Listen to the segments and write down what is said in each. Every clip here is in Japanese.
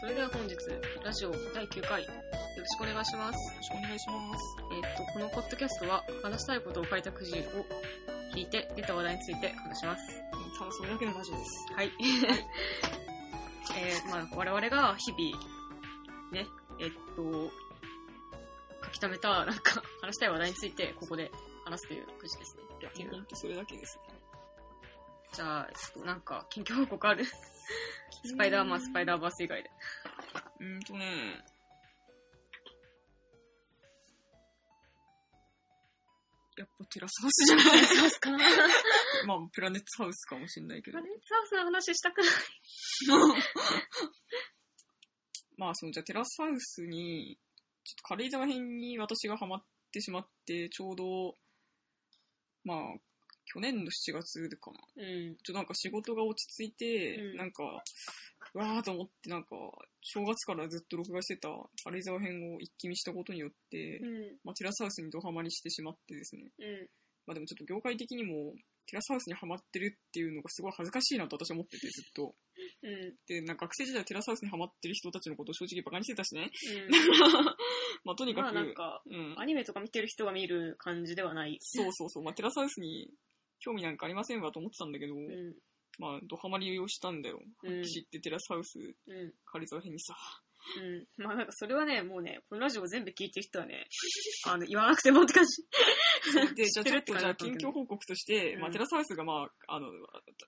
それでは本日、ラジオ第9回、よろしくお願いします。ろしくお願いします。えっと、このポッドキャストは、話したいことを書いたくじを引いて、出た話題について話します。楽しむだけのラジオです。はい。 えー、まあ、我々が日々、ね、えっと、書き溜めた、なんか、話したい話題について、ここで話すというくじですね。っていう本当それだけです。じゃあ、ちょっとなんか、近況報告あるスパイダーマン、スパイダーバース以 外で。うーんとね。やっぱテラスハウスじゃないそう すかプ まあ、プラネットハウスかもしれないけどラ。ネッツハウスの話したくない。 まあ、その、じゃあテラスハウスに、ちょっと軽井沢編に私がハマってしまって、ちょうど、まあ、去年の7月かな。うん。ちょっとなんか仕事が落ち着いて、うんなんか、うわーと思って、なんか、正月からずっと録画してた軽井沢編を一気見したことによって、うん。まあ、テラスハウスにドハマりしてしまってですね。うん。まあでもちょっと業界的にも、テラスハウスにハマってるっていうのがすごい恥ずかしいなと私は思ってて、ずっと。うん。うん。で、なんか学生時代テラスハウスにハマってる人たちのことを正直バカにしてたしね。 まあとにかまく、あなんか、うん。アニメとか見てる人が見る感じではない。そうそうそう。まあテラスハウスに興味なんかありませんわと思ってたんだけど、うん。まあドハマりをしたんだよ。うん。知ってテラスハウスうん。軽井沢編にさ。うん。まあなんかそれはね、もうね、このラジオ全部聞いてる人はね、あの、言わなくてもって感じ。 で、じ知ゃっあてちるょっ感ってと、じじゃだっあたんだけど近況報告として、うんまあ、テラスハウスが、まあ、あの、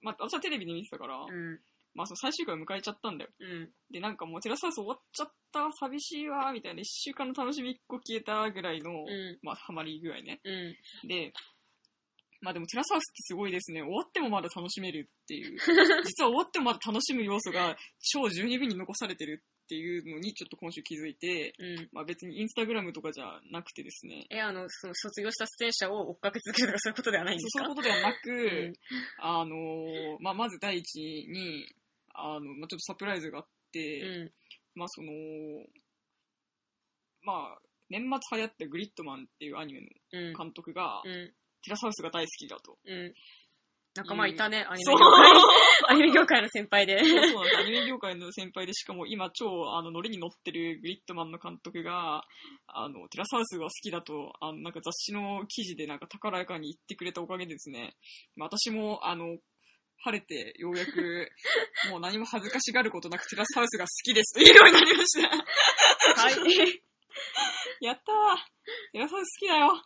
まあ、私はテレビで見てたから、うん。まあ、その最終回を迎えちゃったんだよ。うん。で、なんかもうテラスハウス終わっちゃった、寂しいわ、みたいな、一週間の楽しみ一個消えたぐらいうの、ん。まあ、ハマり具合ね。うん。で、まあでもテラスハウスってすごいですね。終わってもまだ楽しめるって いう。実は終わってもまだ楽しむ要素が超十二分に残されてるっていうのにちょっと今週気づいて、うん。まあ別にインスタグラムとかじゃなくてですね、え、あの、その、卒業した出演者を追っかけ続けるとかそういうことではないんでそすうそういかうことではなく、あのーまあ、まず第一に、あの、まあ、ちょっとサプライズがあっうて、ん。まあ、その、まあ、年末流行ったグリッドマンっていうアニメうんの。監督が、うん。テラスハウスが大好きだと。うん。仲間いたね、アニメそう業界。 アニメ業界の先輩で。そうなんですアニメ業界の先輩でしかも今超あのノリに乗ってるグリッドマンの監督があのテラスハウスが好きだとあのなんか雑誌の記事でなんか高らかに言ってくれたおかげでですね、まあ、私もあの晴れてようやくもう何も恥ずかしがることなくテラスハウスが好きですと言えるようになりましたはい。やったーテラスハウス好きだ よ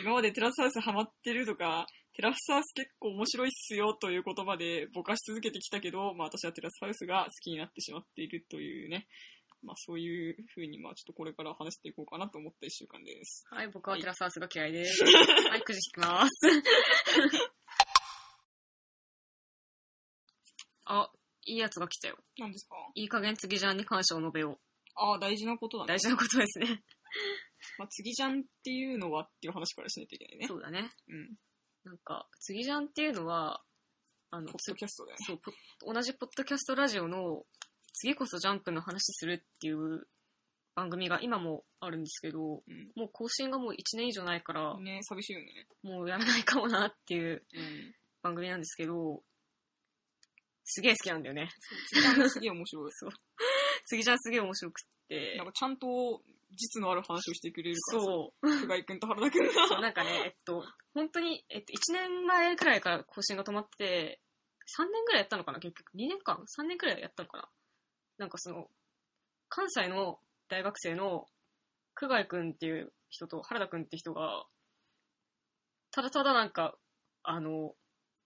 今までテラスハウスハマってるとかテラスハウス結構面白いっすよという言葉でぼかし続けてきたけど、まあ私はテラスハウスが好きになってしまっているというね、まあそういうふうに、まあちょっとこれから話していこうかなと思った一週間です。はい、僕はテラスハウスが嫌いです。はい、くじ引き ます。あ、いいやつが来たよ。何ですかいい加減次じゃんに感謝を述べよああ、大事なことだう。ね。大事なことですね。まあ次じゃんっていうのはっていう話からしないといけないね。そうだね。うん。なんか、次じゃんっていうのは、あのポッ、ドキャストだよね。そう、ポッ同じポッドキャストラジオの、次こそジャンプの話するっていう番組が今もあるんですけど、うんもう更新がもう1年以上ないから、ね、寂しいよね。もうやめないかもなっていううん。番組なんですけど、すげえ好きなんだよね。 次じゃんすげえ面白い。次じゃんすげえ面白くってなん。かちゃんと実のある話をしてくれるからさそ菅井君と原田君が。う。なんかね、えっと、本当に、えっと、1年前くらいから更新が止まってて、3年くらいやったのかな結局。2年間 ?3 年くらいやったのかななんかその、関西の大学生の、久我井くんっていう人と原田くんって人が、ただただなんか、あの、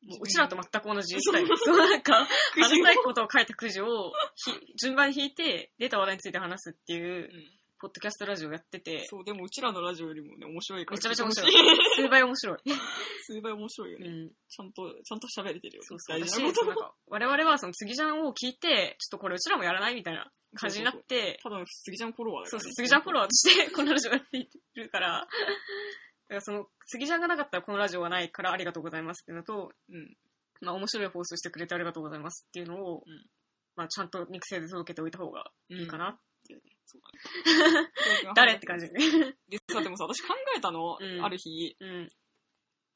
もううちらと 全く同じスタイル。そうなんか、くじ話し引きたいことを書いたくじをひ順番に引いて出た話題について話すっていううんポッドキャストラジオやってて そう、でもうちらのラジオよりもね、面白いから。めちゃめちゃ面白い。い数倍面白い、数倍面白いようね。ん、ちゃんと、ちゃんと喋れてるよ。そうそう大だ事しなことなんか我々はその次ジャンを聞いてちょっとこれうちらもやらないみたいな感じになってただの杉ちゃんフォロワーだかそうら、そね。う次ジャンフォロワーとしてこのラジオやっているからだからその次ジャンがなかったらこのラジオがないからありがとうございますっていうのと、うん。まあ、面白い放送してくれてありがとうございますっていうのを、うんまあ、ちゃんと肉声で届けておいた方がいいかな、うん誰って感じで。ね、でさ、でもさ、私考えた の、うんある日、うん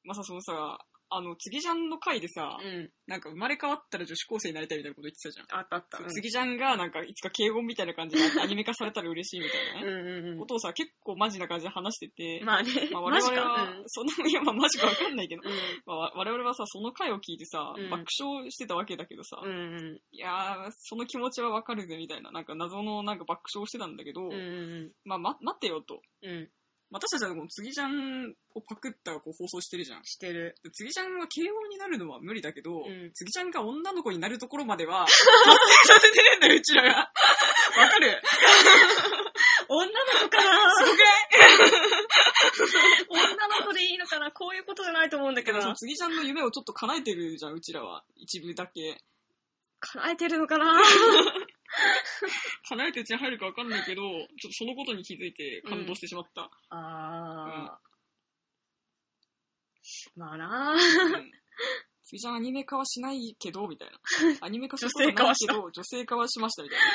まあさ、そのさ、あの、次ジャンの回でさ、うん。なんか生まれ変わったら女子高生になりたいみたいなこと言ってたじゃん。あったあった。そう次ジャンがなんかいつか敬語みたいな感じでアニメ化されたら嬉しいみたいなうね。んうんおう父さん結構マジな感じで話しててん。、まあね、まあマ我ジ々かは。、そんな に今マジかわかんないけど、うん。まあ我々はさ、その回を聞いてさ、うん爆笑してたわけだけどさ、うんうんいやー、その気持ちはわかるぜみたいな、なんか謎のなんか爆笑してたんだけど、うん。うんうんまあ、ま、待てよと。うん。うん。私たちはこの次ジャンをパクったこう放送してるじゃん。してる。で次ジャンは慶応になるのは無理だけど、うん次ジャンが女の子になるところま では、達成させてるんだよ、うちらが。わかる女の子かなすごくない女の子でいいのかなこういうことじゃないと思うんだだけけどど、その、次ジャンの夢をちょっと叶えてるじゃん、うちらは。一部だけ。叶えてるのかな叶えてうちに入るかわかんないけど、ちょっとそのことに気づいて感動してしまった。あー。まあなうん次ジャンアニメ化はしないけど、みたい な。アニメ化することはないけど、女性化はしました、みたいな。い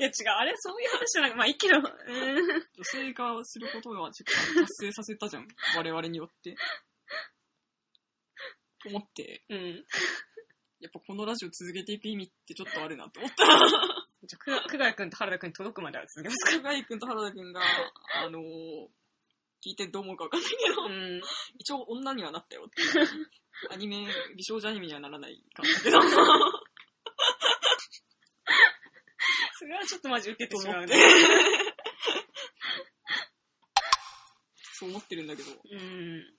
や違う、あれそういう話じゃなくまあいいけど。うん。女性化をすることはちょっと達成させたじゃん。我々によって。と思って、うん。やっぱこのラジオ続けていく意味ってちょっとあるなと思 った。じゃあ、く久我君と原田君に届くまでは続けますか。菅井くんと原田くんが、あのー聞いてどう思うかわかんないけど、うん。一応女にはなったよっていう。アニメ、美少女アニメにはならないかもだけど、それはちょっとマジ受けてしまうね。そう思ってるんだけど、うん。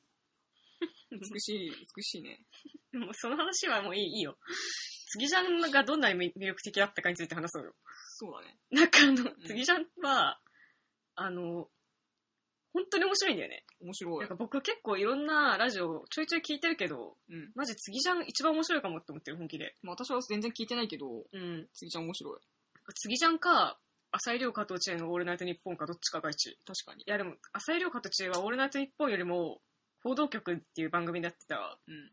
美しい、美しいね。 もうその話はもういいいいよ。次ジャンがどんなに魅力的だったかについて話そうよ。そうだね。なんかあの、ん次ジャンは、あの、本当に面白いんだよね。面白ないんか。僕結構いろんなラジオちょいちょい聞いてるけど、うん。マジ次ジャン一番面白いかもって思ってる本気で。まあ私は全然聞いてないけど、うん。次ちゃん面白い。次ジャンか、浅井亮加藤知恵のオールナイトニッポンかどっちかが一。い確かに。やでも、浅井亮加藤知恵はオールナイトニッポンよりも、報道局っていう番組でやってたうん。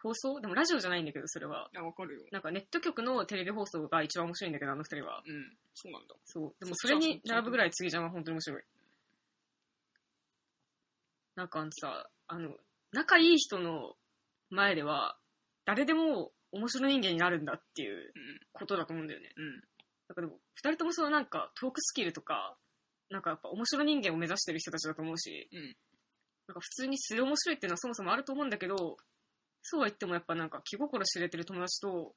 放送でもラジオじゃないんだけど、それは。いや、わかるよ。なんかネット局のテレビ放送が一番面白いんだけど、あの二人は。うん。そうなんだ。そう。でもそれに並ぶぐらい次ジャンは本当に面白い。なんかあのさ、あの、仲いい人の前では、誰でも面白い人間になるんだっていうことだと思うんだよね。うん。うん。だからでも、二人ともそのなんかトークスキルとか、なんかやっぱ面白い人間を目指してる人たちだと思うし、うんなんか普通に素で面白いっていうのはそもそもあると思うんだけど、そうは言ってもやっぱなんか気心知れてる友達と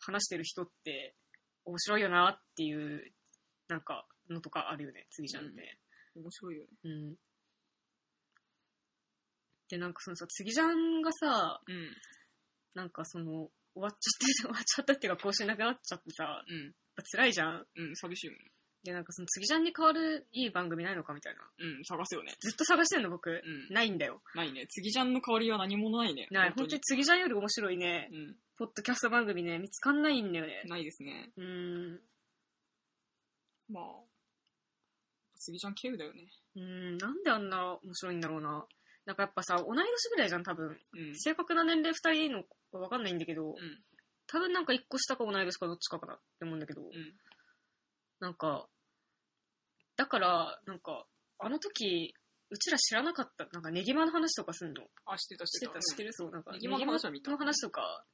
話してる人って面白いよなっていう、なんかのとかあるよね、次じゃんって。面白いよね。うん。で、なんかそのさ、次じゃんがさ、うん。なんかその、終わっちゃって、終わっちゃったっていうか、更新なくなっちゃってさ、やっぱ辛いじゃん。うん。うん。寂しいよね。で、なんかその、次ジャンに変わるいい番組ないのかみたいな。うん。探せよね。ずっと探してんの、僕。うん。ないんだよ。ないね。次ジャンの代わりは何もないね。ない。本当に次ジャンより面白いね、に。ポッドキャスト番組ね、見つかんないんだよねうん。。ないですね。うーん。まあ。次ジャン経由だよね。うーん、なんであんな面白いんだろうな。なんかやっぱさ、同い年ぐらいじゃん、多分。うん。正確な年齢二人の子わかんないんだけど、うん。多分なんか一個下か同い年かどっちかかなって思うんだけど、うん。なんか、だから、なんか、あの時、うちら知らなかった、なんかネギマの話とかすんのあ、してた、してた、知ってる。るそう、なんか、右回の話は見た右回の話とか、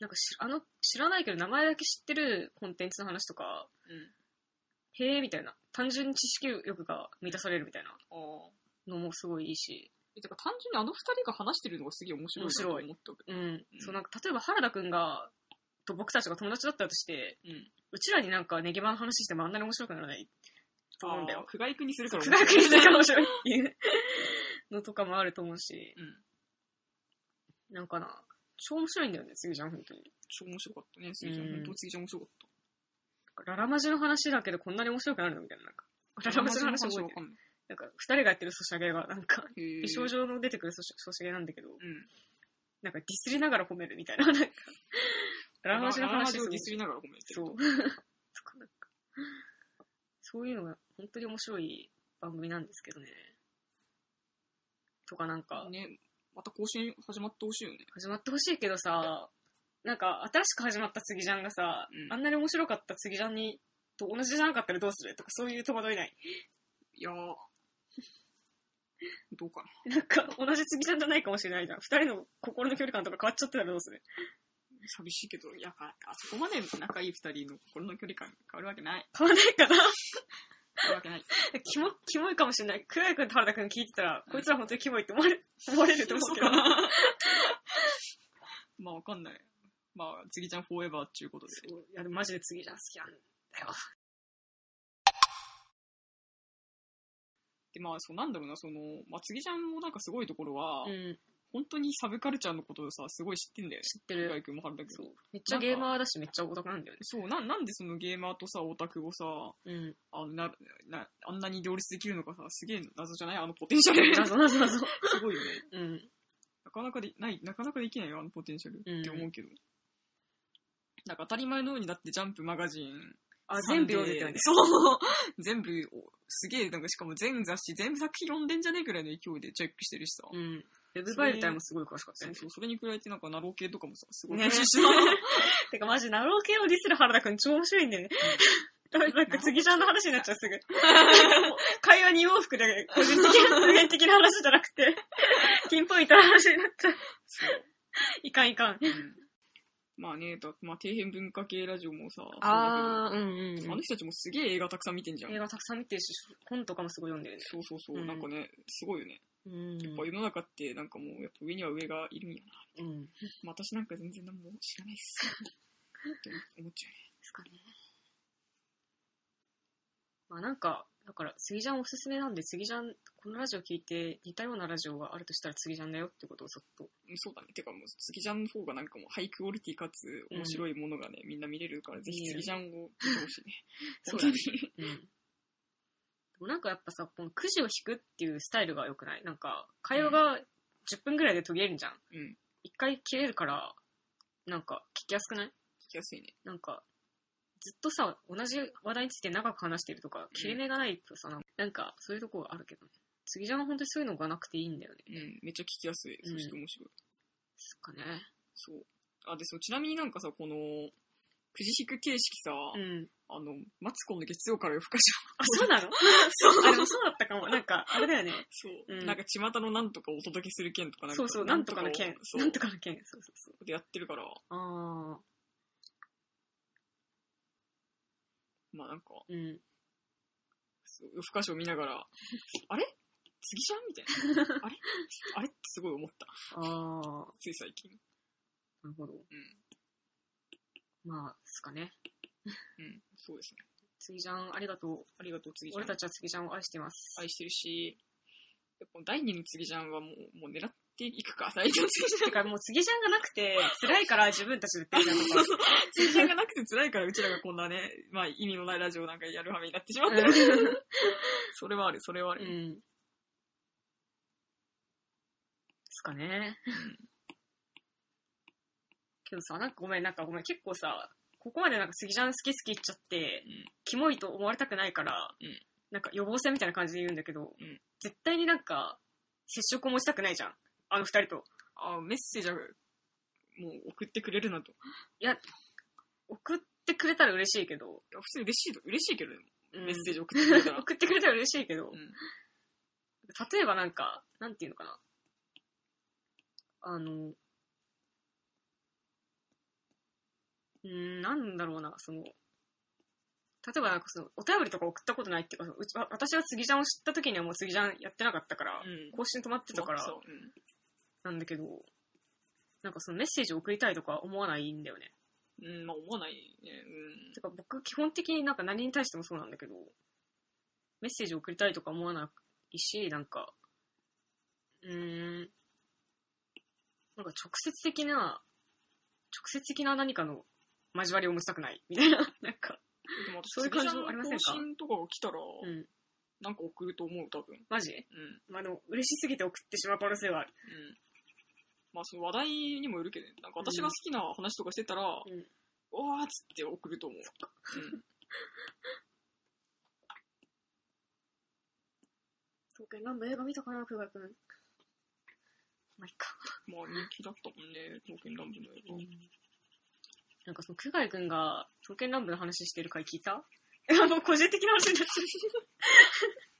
なんかし、あの、知らないけど名前だけ知ってるコンテンツの話とか、うん。へえ、みたいな。単純に知識欲が満たされるみたいなああ。のもすごいいいし、え、てか単純にあの二人が話してるのがすげえ面白いなと思ったけうん。そう、なんか、例えば原田くんが、と僕たちが友達だったとして、ど。うん。うちらになんかネギバの話してもあんなに面白くならないと思うんだよあー。久我井くんにするから。科学にしてから面白いっていうのとかもあると思うし、うん。なんかな、超面白いんだよね、次じゃん、本当に。超面白かったね、次ジャうんン。本当次ジャン面白かった。ララマジの話だけでこんなに面白くなるのみたいな。なんかラ ラマジの話覚えてわるかんない。なんか、二人がやってるソシャゲが、なんか、へー美少。女の出てくるソシソシャゲなんだけど、うん。なんかディスりながら褒めるみたいな、なんか、 ララマジの話ララマジをディですスりながら褒めてる。そう。とかなんか そういうのが本当に面白い番組なんですけどね。とかなんか、ね、また更新始まってほしいよね。始まってほしいけどさ、なんか新しく始まった次ジャンがさ、うんあんなに面白かった次ジャンに、と同じじゃなかったらどうするとかそういう戸惑いない。いやー、 どうかな。なんか、同じ次ちゃんじゃないかもしれないじゃん。二人の心の距離感とか変わっちゃってたらどうする寂しいけど、いや、ああそこまで仲いい二人の心の距離感変わるわけない。変わんないかな変わるわけない。 キモ、キモいかもしれない。クライ君と原田君聞いてたら、こいつら本当にキモいって思われ思われる と思うけど。な。まあ、わかんない。まあ、次ちゃんフォーエバーっていうことで。そういや、でもマジで次じゃん、好きなんだよ。で、まあ、そうなんだろうな、その、まあ、次ちゃんもなんかすごいところは、うん、本当にサブカルチャーのことをさ、すごい知ってんだよね。知って向る。井君も春だけど。めっちゃゲーマーだし、めっちゃオタクなんだよね。そう、な、なんでそのゲーマーとさ、オタクをさ、うん。あのな、な、あんなに両立できるのかさ、すげえ謎じゃないあのポテンシャル。す謎謎謎。ごいよね。うん。 なかなかで、ない、なかなかできないよ、あのポテンシャルうんって思うけど。なんか当たり前のようにだってジャンプマガジン、あ、サ全ン部デー読んでたよね。そう 全部、おすげえ、なんかしかも全雑誌、全部作品読んでんじゃねえくらいの勢いでチェックしてるしさ。うん。ウェブ媒体もすごい詳しかったそよねうそ。う、それに比べてなんかナロー系とかもさ、すごいね 練習した。 てかマジ、ナロー系をディスる原田くん超面白いんだよね。なんか次ちゃんの話になっちゃうすぐ。会話に往復で個人的な、普遍的な話じゃなくて、ピンポイントの話になっちゃう。そういかんいかん。うん まあね、だまあ底辺文化系ラジオもさ、ー、うんそうだけどあの人たちもすげえ映画たくさん見てんじゃん映。画たくさん見てるし、本とかもすごい読んでるね。そうそうそう、うんなんかね、すごいよね。うんやっぱ世の中ってなんかもう、やっぱ上には上がいるんやな。うん。でまあ私なんか全然何も知らないっす。って思っちゃすかね。まあなんか、だから、杉ちゃんおすすめなんで、杉ちゃん、このラジオ聞いて似たようなラジオがあるとしたら杉ちゃんだよってことをそっと。う。うんそうだね。てかもう、杉ちゃんの方がなんかもうハイクオリティかつ面白いものがね、みんな見れるから、ぜひ見える杉ちゃんを見てほしいね。そう 本だ当ねに。うん。でもなんかやっぱさ、このくじを引くっていうスタイルが良くないなんか、会話が10分ぐらいで途切れるじゃん。うん。一回切れるから、なんか聞きやすくない聞きやすいね。なんか、ずっとさ、同じ話題について長く話してるとか、切れ目がないとさ、なんかそういうとこがあるけどね。次じゃんは本当にそういうのがなくていいんだよね。うん。めっちゃ聞きやすい。そして面白い。ですかね。そう。あ、で、そう、ちなみになんかさ、この、くじ引く形式さ、 うん。あの、マツコの月曜から夜更かしあ、 そうなのそうあ、でもそうだったかも。なんか、あれだよね。そう、うんなんか巷のなんとかをお届けする件とかなんかそうそう、なんとかの件を。そうなんとかの件。そうそうそう。でやってるからああ、まあなんかうん。そう夜更かしを見な がらあれ次じゃんみたいなあれあれってすごい思ったああ。つい最近なるほど。まあ、ですかね。うんそうですねつぎちゃん、ありがとありがとう次う。じゃん俺たちはつぎちゃんを愛してます。 愛してるしやっぱ第二の次じゃんはもうもう狙っていくか第二の次じゃてんか、もうつぎちゃんがなくて、辛いから自分たちでペイちゃん とか。次じゃんがなくて辛いからうちらがこんなね、まあ、意味のないラジオなんかやるはめになってしまった、 それはあるそれはあうる、ん。ですかね。けどさ、なんかごめん、なんかごめん、結構さ、ここまでなんか杉ちゃん好き好き言っちゃって、うんキモいと思われたくないから、うんなんか予防線みたいな感じで言うんだけど、うん絶対になんか、接触を持ちたくないじゃん。あの二人と。あメッセージはもう送ってくれるなと送ってくれたら嬉しいけど、いや普通に嬉しいと、嬉しいけどね、うんメッセージ送ってく れたら。送ってくれたら嬉しいけど、うん例えばなんか、なんていうのかな。あの、うん、なんだろうな、その、例えばなんかその、お便りとか送ったことないっていうか、そのうちわ私は杉ちゃんを知った時にはもう杉ちゃんやってなかったから、うん更新止まってたからそううんなんだけど、なんかそのメッセージを送りたいとか思わないんだよね。うん、まあ思わないね。うん。てか僕基本的になんか何に対してもそうなんだけど、メッセージ送りたいとか思わないし、なんか、うーん、なんか直接的な、直接的な何かの交わりを持ちたくない、みたいな、 なんか、でも私そういう感じ次ありませんかちゃの更新とかが来たら、うん、なんか送ると思う、多分。うん。マジうん。まあでも嬉しすぎて送ってしまう可能性はある。まあその話題にもよるけどね、なんか私が好きな話とかしてたら、うんわーっつって送ると思う。うん。東京何の映画見たかな、久我君。まあいっか。まあ人気だったもんね、刀剣乱舞の映画。なんかその久我君 が刀剣乱舞の話してる回聞いたあもう個人的な話になっちゃう。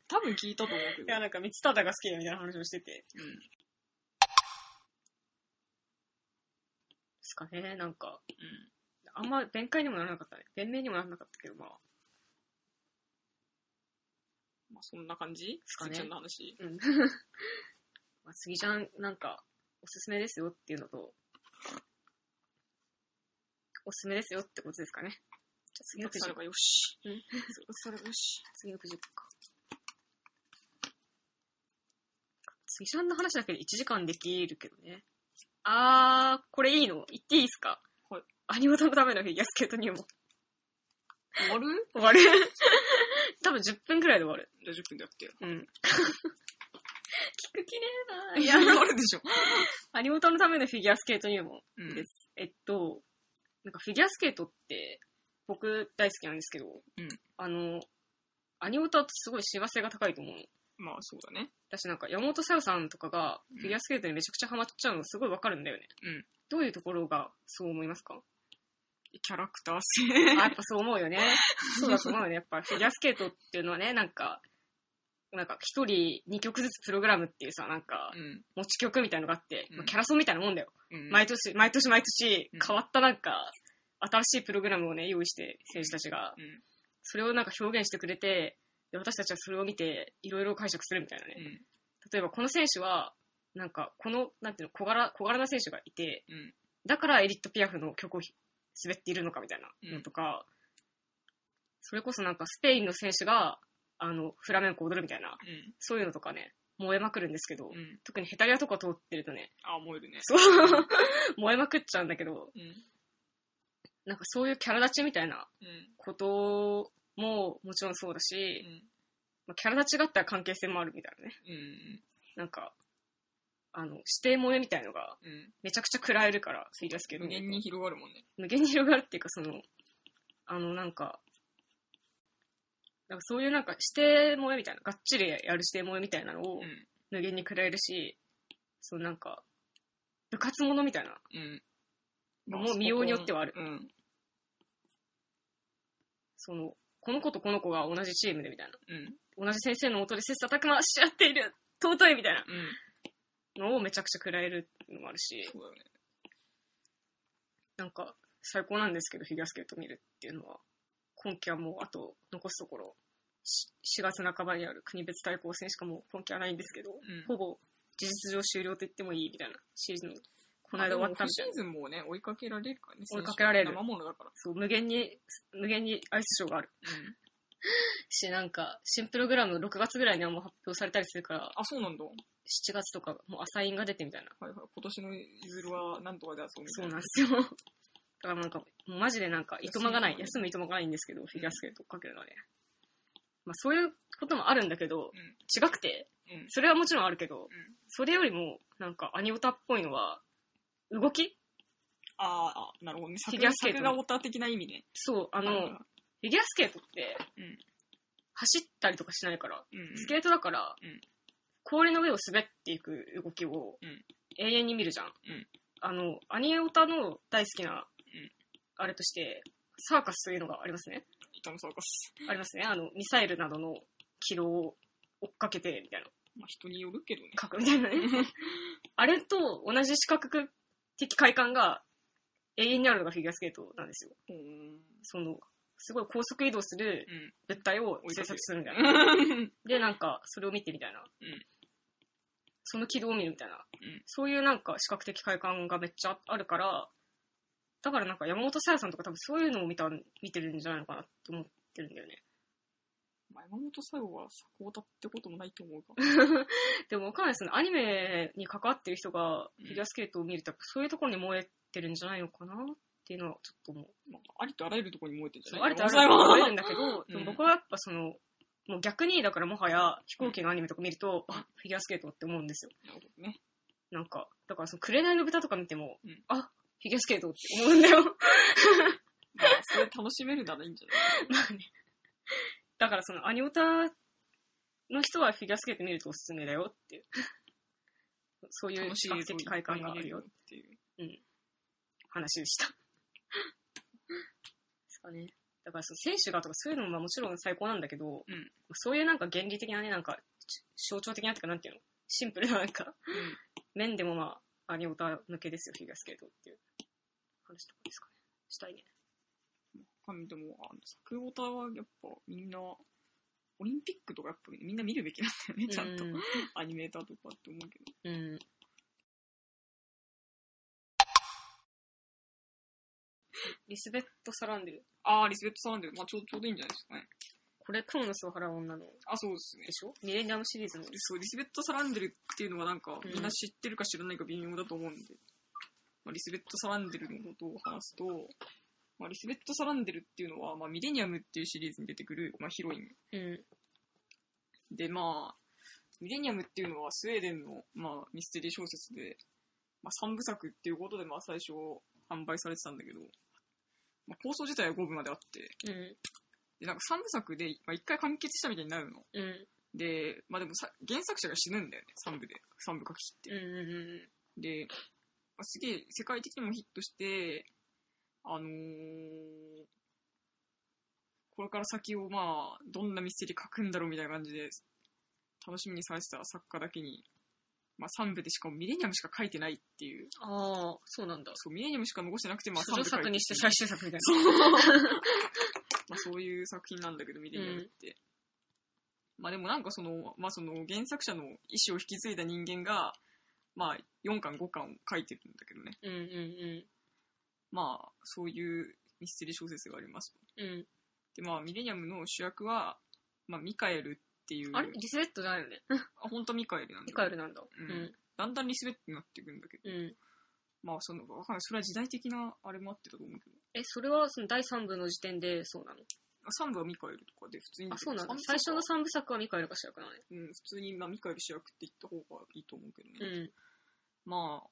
多分聞いたと思うけいや、ど。なんか、三つただが好きだみたいな話をしてて。うんですかね、なんか。あんま弁解にもならなかったね。弁明にもならなかったけど、まあ。まあ、そんな感じすかね鈴木ちゃんの話。うん。 まあ、杉ちゃん、なんか、おすすめですよっていうのと、おすすめですよってことですかね。じゃあ次のくじそれ。がよし。うんそれがよし。次のくじ行こうか。杉ちゃんの話だけで1時間できるけどね。あー、これいいの言っていいですかはい。アニオタのためのフィギュアスケート入門。終わる終わる多分10分くらいで終わる。じゃあ10分でやってよ。うん。聞く気ねえな終いや、わるで しょ。アニオタのためのフィギュアスケート入門。うんです。えっと、なんかフィギュアスケートって、僕大好きなんですけど、んあの、アニオタってすごい幸せが高いと思うの。まあ、そうだね。私なんか山本さよさんとかがんフィギュアスケートにめちゃくちゃハマっちゃうのすごいわかるんだよね。うんどういうところがそう思いますかキャラクターあ、性。 やっぱそう思うよね。そうだと思うよね。やっぱフィギュアスケートっていうのはね、なんか、なんか一人2曲ずつプログラムっていうさ、なんかうん。持ち曲みたいのがあって、うんまあキャラソンみたいなもんだよ。うん。毎年、毎年毎年うん変わったなんか、新しいプログラムをね、用意して、選手たちが、うん。それをなんか表現してくれて、で私たちはそれを見て、いろいろ解釈するみたいなうね。ん。例えば、この選手は、なんか、この、なんていうの、小柄、小柄な選手がいて、うんだからエリット・ピアフの曲をひ滑っているのかみたいなのとか、それこそなんか、スペインの選手が、あの、フラメンコ踊るみたいな、うん。そういうのとかね、燃えまくるんですけど、うん。特にヘタリアとか通ってるとね、あ、燃えるね。そう、 燃えまくっちゃうんだけど、うん。なんかそういうキャラ立ちみたいなうん。ことももちろんそうだうし、ん。まあ、キャラ立ちがあったら関係性もあるみたいなね。うん。なんか、あの、指定萌えみたいのがうん。めちゃくちゃ食らえるから、フィギュアスケート無に限に広がるもんね。無限に広がるっていうか、その、あの、なんか、なんかそういうなんか指定萌えみたいな、がっちりやる指定萌えみたいなのをうん。無限に食らえるし、そのなんか、部活ものみたいなうん。のも見ようによってはある。うん。その、この子とこの子が同じチームでみたいな。うん。同じ先生の音で切磋琢磨し合っている尊いみたいなうん。のをめちゃくちゃ食らえるのもあるし、そうだよね。なんか最高なんですけど、フィギュアスケート見るっていうのは、今季はもうあと残すところ、し4月半ばにある国別対抗戦しかもう今季はないんですけど、うん。ほぼ事実上終了と言ってもいいみたいなシーズン、この間終わったあでもオみフたいシなー。ズンもね、追いかけられるからね。追いかけられる生物だから。そう、無限に、無限にアイスショーがある。うん。し、なんか、新プログラム6月ぐらいにはもう発表されたりするから、あ、そうなんだ。はい7月とかもうアサインが出てみたいな。はい。今年のいずるはなんとかで遊ぶみたそいうな。なんですよ。 だからなんか、もうマジでなんか、いとまがない、休休むいとまがないんですけど、フィギュアスケートかけるのはね。まあそういうこともあるんだけど、うん違くて、うん。それはもちろんあるけど、んそれよりも、なんかアニオタっぽいのは、動きあーあ、なるほどね。フィギュ桜アスケート桜オタ的な意味ね。そう、ああの、フィギュアスケートって、うん走ったりとかしないから、うん。スケートだから、うん氷の上を滑っていく動きをうん永遠に見るじゃん。んあの、アニオタの大好きなうん、あれとして、サーカスというのがありますね。板のサーカス。ありますね。あの、ミサイルなどの軌道を追っかけて、みたいな、まあ人によるけどね。書くみたいなね。 あれと同じ視覚的快感が永遠にあるのがフィギュアスケートなんですよ。うーん。その、すごい高速移動するうん。物体を制作するみたいな。で、なんか、それを見てみたいな。うんその軌道を見るみたいな。うんそういうなんか視覚的快感がめっちゃあるから、だからなんか山本さやさんとか多分そういうのを見た、見てるんじゃないのかなって思ってるんだよね。まあ山本最後はサオタってこともないと思うが。でもわかんないですね。アニメに関わってる人がうんフィギュアスケートを見ると、そういうところに燃えてるんじゃないのかなっていうのはちょっと思う。まあ、ありとあらゆるところに燃えてんじゃそうなあいるとある山本燃え最るん後だけど、うんでも僕はやっぱその、もう逆に、だからもはや飛行機のアニメとか見ると、あ、フィギュアスケートって思うんですよ。なるほどね。なんか、だからその、紅の豚とか見ても、うんあ、フィギュアスケートって思うんだよ。 まあ、それ楽しめるならいいんじゃないまあね。だからその、アニオタの人はフィギュアスケート見るとおすすめだよっていう。 そう いう楽視しい映覚像的い快っぱい感見があれるるよよっ、ていう。 話でした。ですかね。だからその選手がとかそういうのもまあもちろん最高なんだけど、うんそういうなんか原理的なね、なんかち象徴的なとかなんていうのシンプルななんか、面でもまあ、アニオタ向けですよ、フィギュアスケートっていう話とかですかね。したいね。神でも、あの、作オタはやっぱみんな、オリンピックとかやっぱみんな見るべきなんだよね、ちゃんと。アニメーターとかって思うけど。うん。うん。リスベット・サランデル。あー、リスベットサランデル、まあちょうちょうどいいんじゃないですかね。これ、クロノスを払う女の、あ、そうですねで。しょミレニアムシリーズの。そう、リスベット・サランデルっていうのはなんか、うんみんな知ってるか知らないか微妙だと思うんで、まあ、リスベット・サランデルのことを話すと、まあ、リスベット・サランデルっていうのは、まあ、ミレニアムっていうシリーズに出てくる、まあ、ヒロイン。うん。で、まあ、ミレニアムっていうのはスウェーデンの、まあ、ミステリー小説で、まあ、3部作っていうことで、まあ、最初販売されてたんだけど、まあ、構想自体は5部まであって、うん。で、なんか3部作で、まあ、1回完結したみたいになるの。うん。で、まあでもさ原作者が死ぬんだよね、3部で。3部書き切ってうん。。うん。で、まあすげえ世界的にもヒットして、あのーこれから先をまあ、どんなミステリー書くんだろうみたいな感じで、楽しみにされてた作家だけに、まあ3部でしかもミレニアムしか書いてないっていう、ああ、そうなんだ。そう、ミレニアムしか残してなくて、まあ処3女部書い作てにして最終作みたいまあ、そういう作品なんだけど、ミレニアムって。まあでもなんかその、まあその原作者の意思を引き継いだ人間が、まあ4巻5巻を書いてるんだけどね。な。うんうんまあそういうミステリー小説があります。うん。うん。でまあミレニアムの主役は、まあミカエルっていう、あれリスベットじゃないよね。あ本当ミカエルなんだミカエルなんだ。ううんん。だんだんリスベットになっていくんだけど、うん。まあその、わかんない。それは時代的なあれもあってたと思うけど。え、それはその第3部の時点でそうなのあ3部はミカエルとかで普通に。あ、そうなんだ三。部最初のは3部作はミカエルが主役なのね。うん、普通に、まあ、ミカエル主役って言った方がいいと思うけどね。うん。まあ、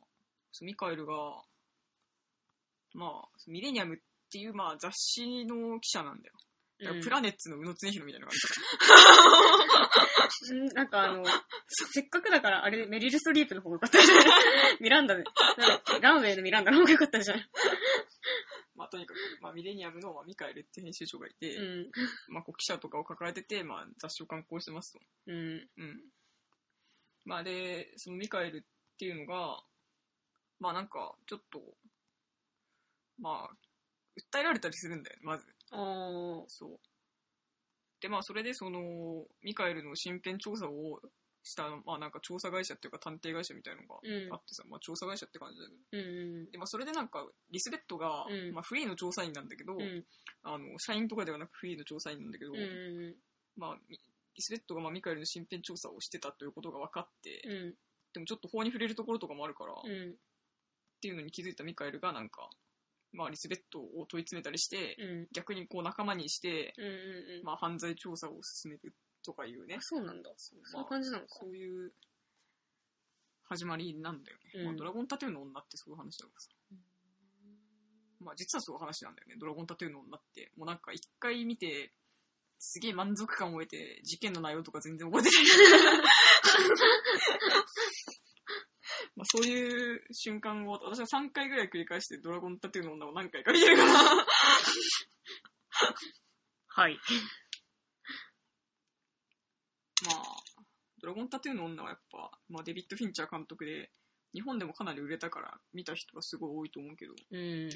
そうミカエルが、まあ、ミレニアムっていう、まあ、雑誌の記者なんだよ。だからプラネッツの宇野恒弘みたいな感じ。うん、なんかあ の、せっかくだからあれメリル・ストリープの方が良かった じゃないミランダで。なんかランウェイのミランダの方が良かったじゃん。まあ、とにかく、まあ、ミレニアムの、まあ、ミカエルって編集長がいて、うん。まあ、こう記者とかを抱えてて、まあ、雑誌を刊行してますと。うん。うん。まあ、で、そのミカエルっていうのが、まあ、なんか、ちょっと、まあ、訴えられたりするんだよね、まず。あそう。で、まあ、それで、その、ミカエルの身辺調査をした、まあ、なんか調査会社っていうか探偵会社みたいのがー。うんあってさ、まあ、調査会社って感じだけど。うん。うんで、まあ、それでなんか、リスベットが、うんまあ、フリーの調査員なんだけど、うん。あの、社員とかではなくフリーの調査員なんだけど、うん。うん。まあ、みリスベットが、まあ、ミカエルの身辺調査をしてたということが分かって、うん。でもちょっと法に触れるところとかもあるから、っうん。ていうのに気づいたミカエルが、なんか、まあ、リスベットを問い詰めたりして、うん。逆にこう仲間にして、うん。うん。まあ、犯罪調査を進めるとかいうねあ、、そうなんだ。そうまあいう感じなのか。そういう始まりなんだよね。うんまあ、ドラゴンタトゥーの女ってそういう話だからさ。まあ、実はそういう話なんだよね。ドラゴンタトゥーの女って。もうなんか一回見て、すげえ満足感を得て、事件の内容とか全然覚えて ない。まあそういう瞬間を、私は3回ぐらい繰り返して、ドラゴンタトゥーの女を何回か見てるから。はい。まあ、ドラゴンタトゥーの女はやっぱ、まあ、デビッド・フィンチャー監督で、日本でもかなり売れたから見た人はすごい多いと思うけど、うん。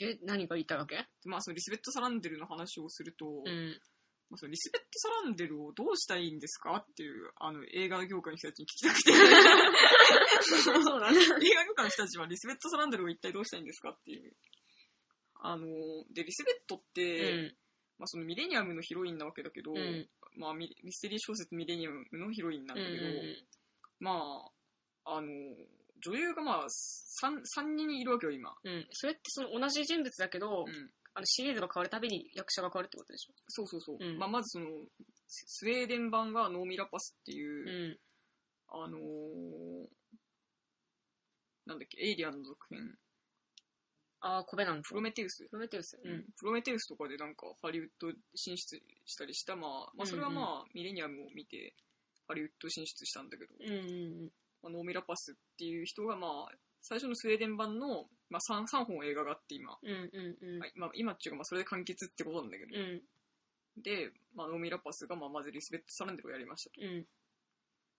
え、何が言いたいわけまあそのリスベット・サランデルの話をすると、うん。まあ、そのリスベット・サランデルをどうしたいんですかっていう、あの映画業界の人たちに聞きた くて、そうだね。映画業界の人たちはリスベット・サランデルを一体どうしたいんですかっていう。あの、で、リスベットっうて、ん。まあそのミレニアムのヒロインなわけだけど、うん。まあミミステリー小説ミレニアムのヒロインなんうだけど、ん。まあ、あの、女優がまあ、三三人いるわけよ、今。うん。それってその同じ人物だけど、うん。あのシリーズが変わるたびに役者が変わるってことでしょそうそうそう。うんまあ、まずその、ススウェーデン版がノーミラパスってういう、ん。あのーなんだっけ、エイリアンの続編、ああ、コベナント。プロメテウス。プロメテウス。ううんん。プロメテウスとかでなんかハリウッド進出したりした、まあ、まあ、それはまあ、ミレニアムを見て、ハリウッド進出したんだけど、うん。まあノーミラパスっていう人がまあ、最初のスウェーデン版の、まあ、3, 3本映画があって今、うんうんうん。まあ今今っていうか、まあ、それで完結ってことなんだけど、うんで、まあ、ノーミー・ラパスが、まあ、まずリスベット・サランデルをやりましたと。うん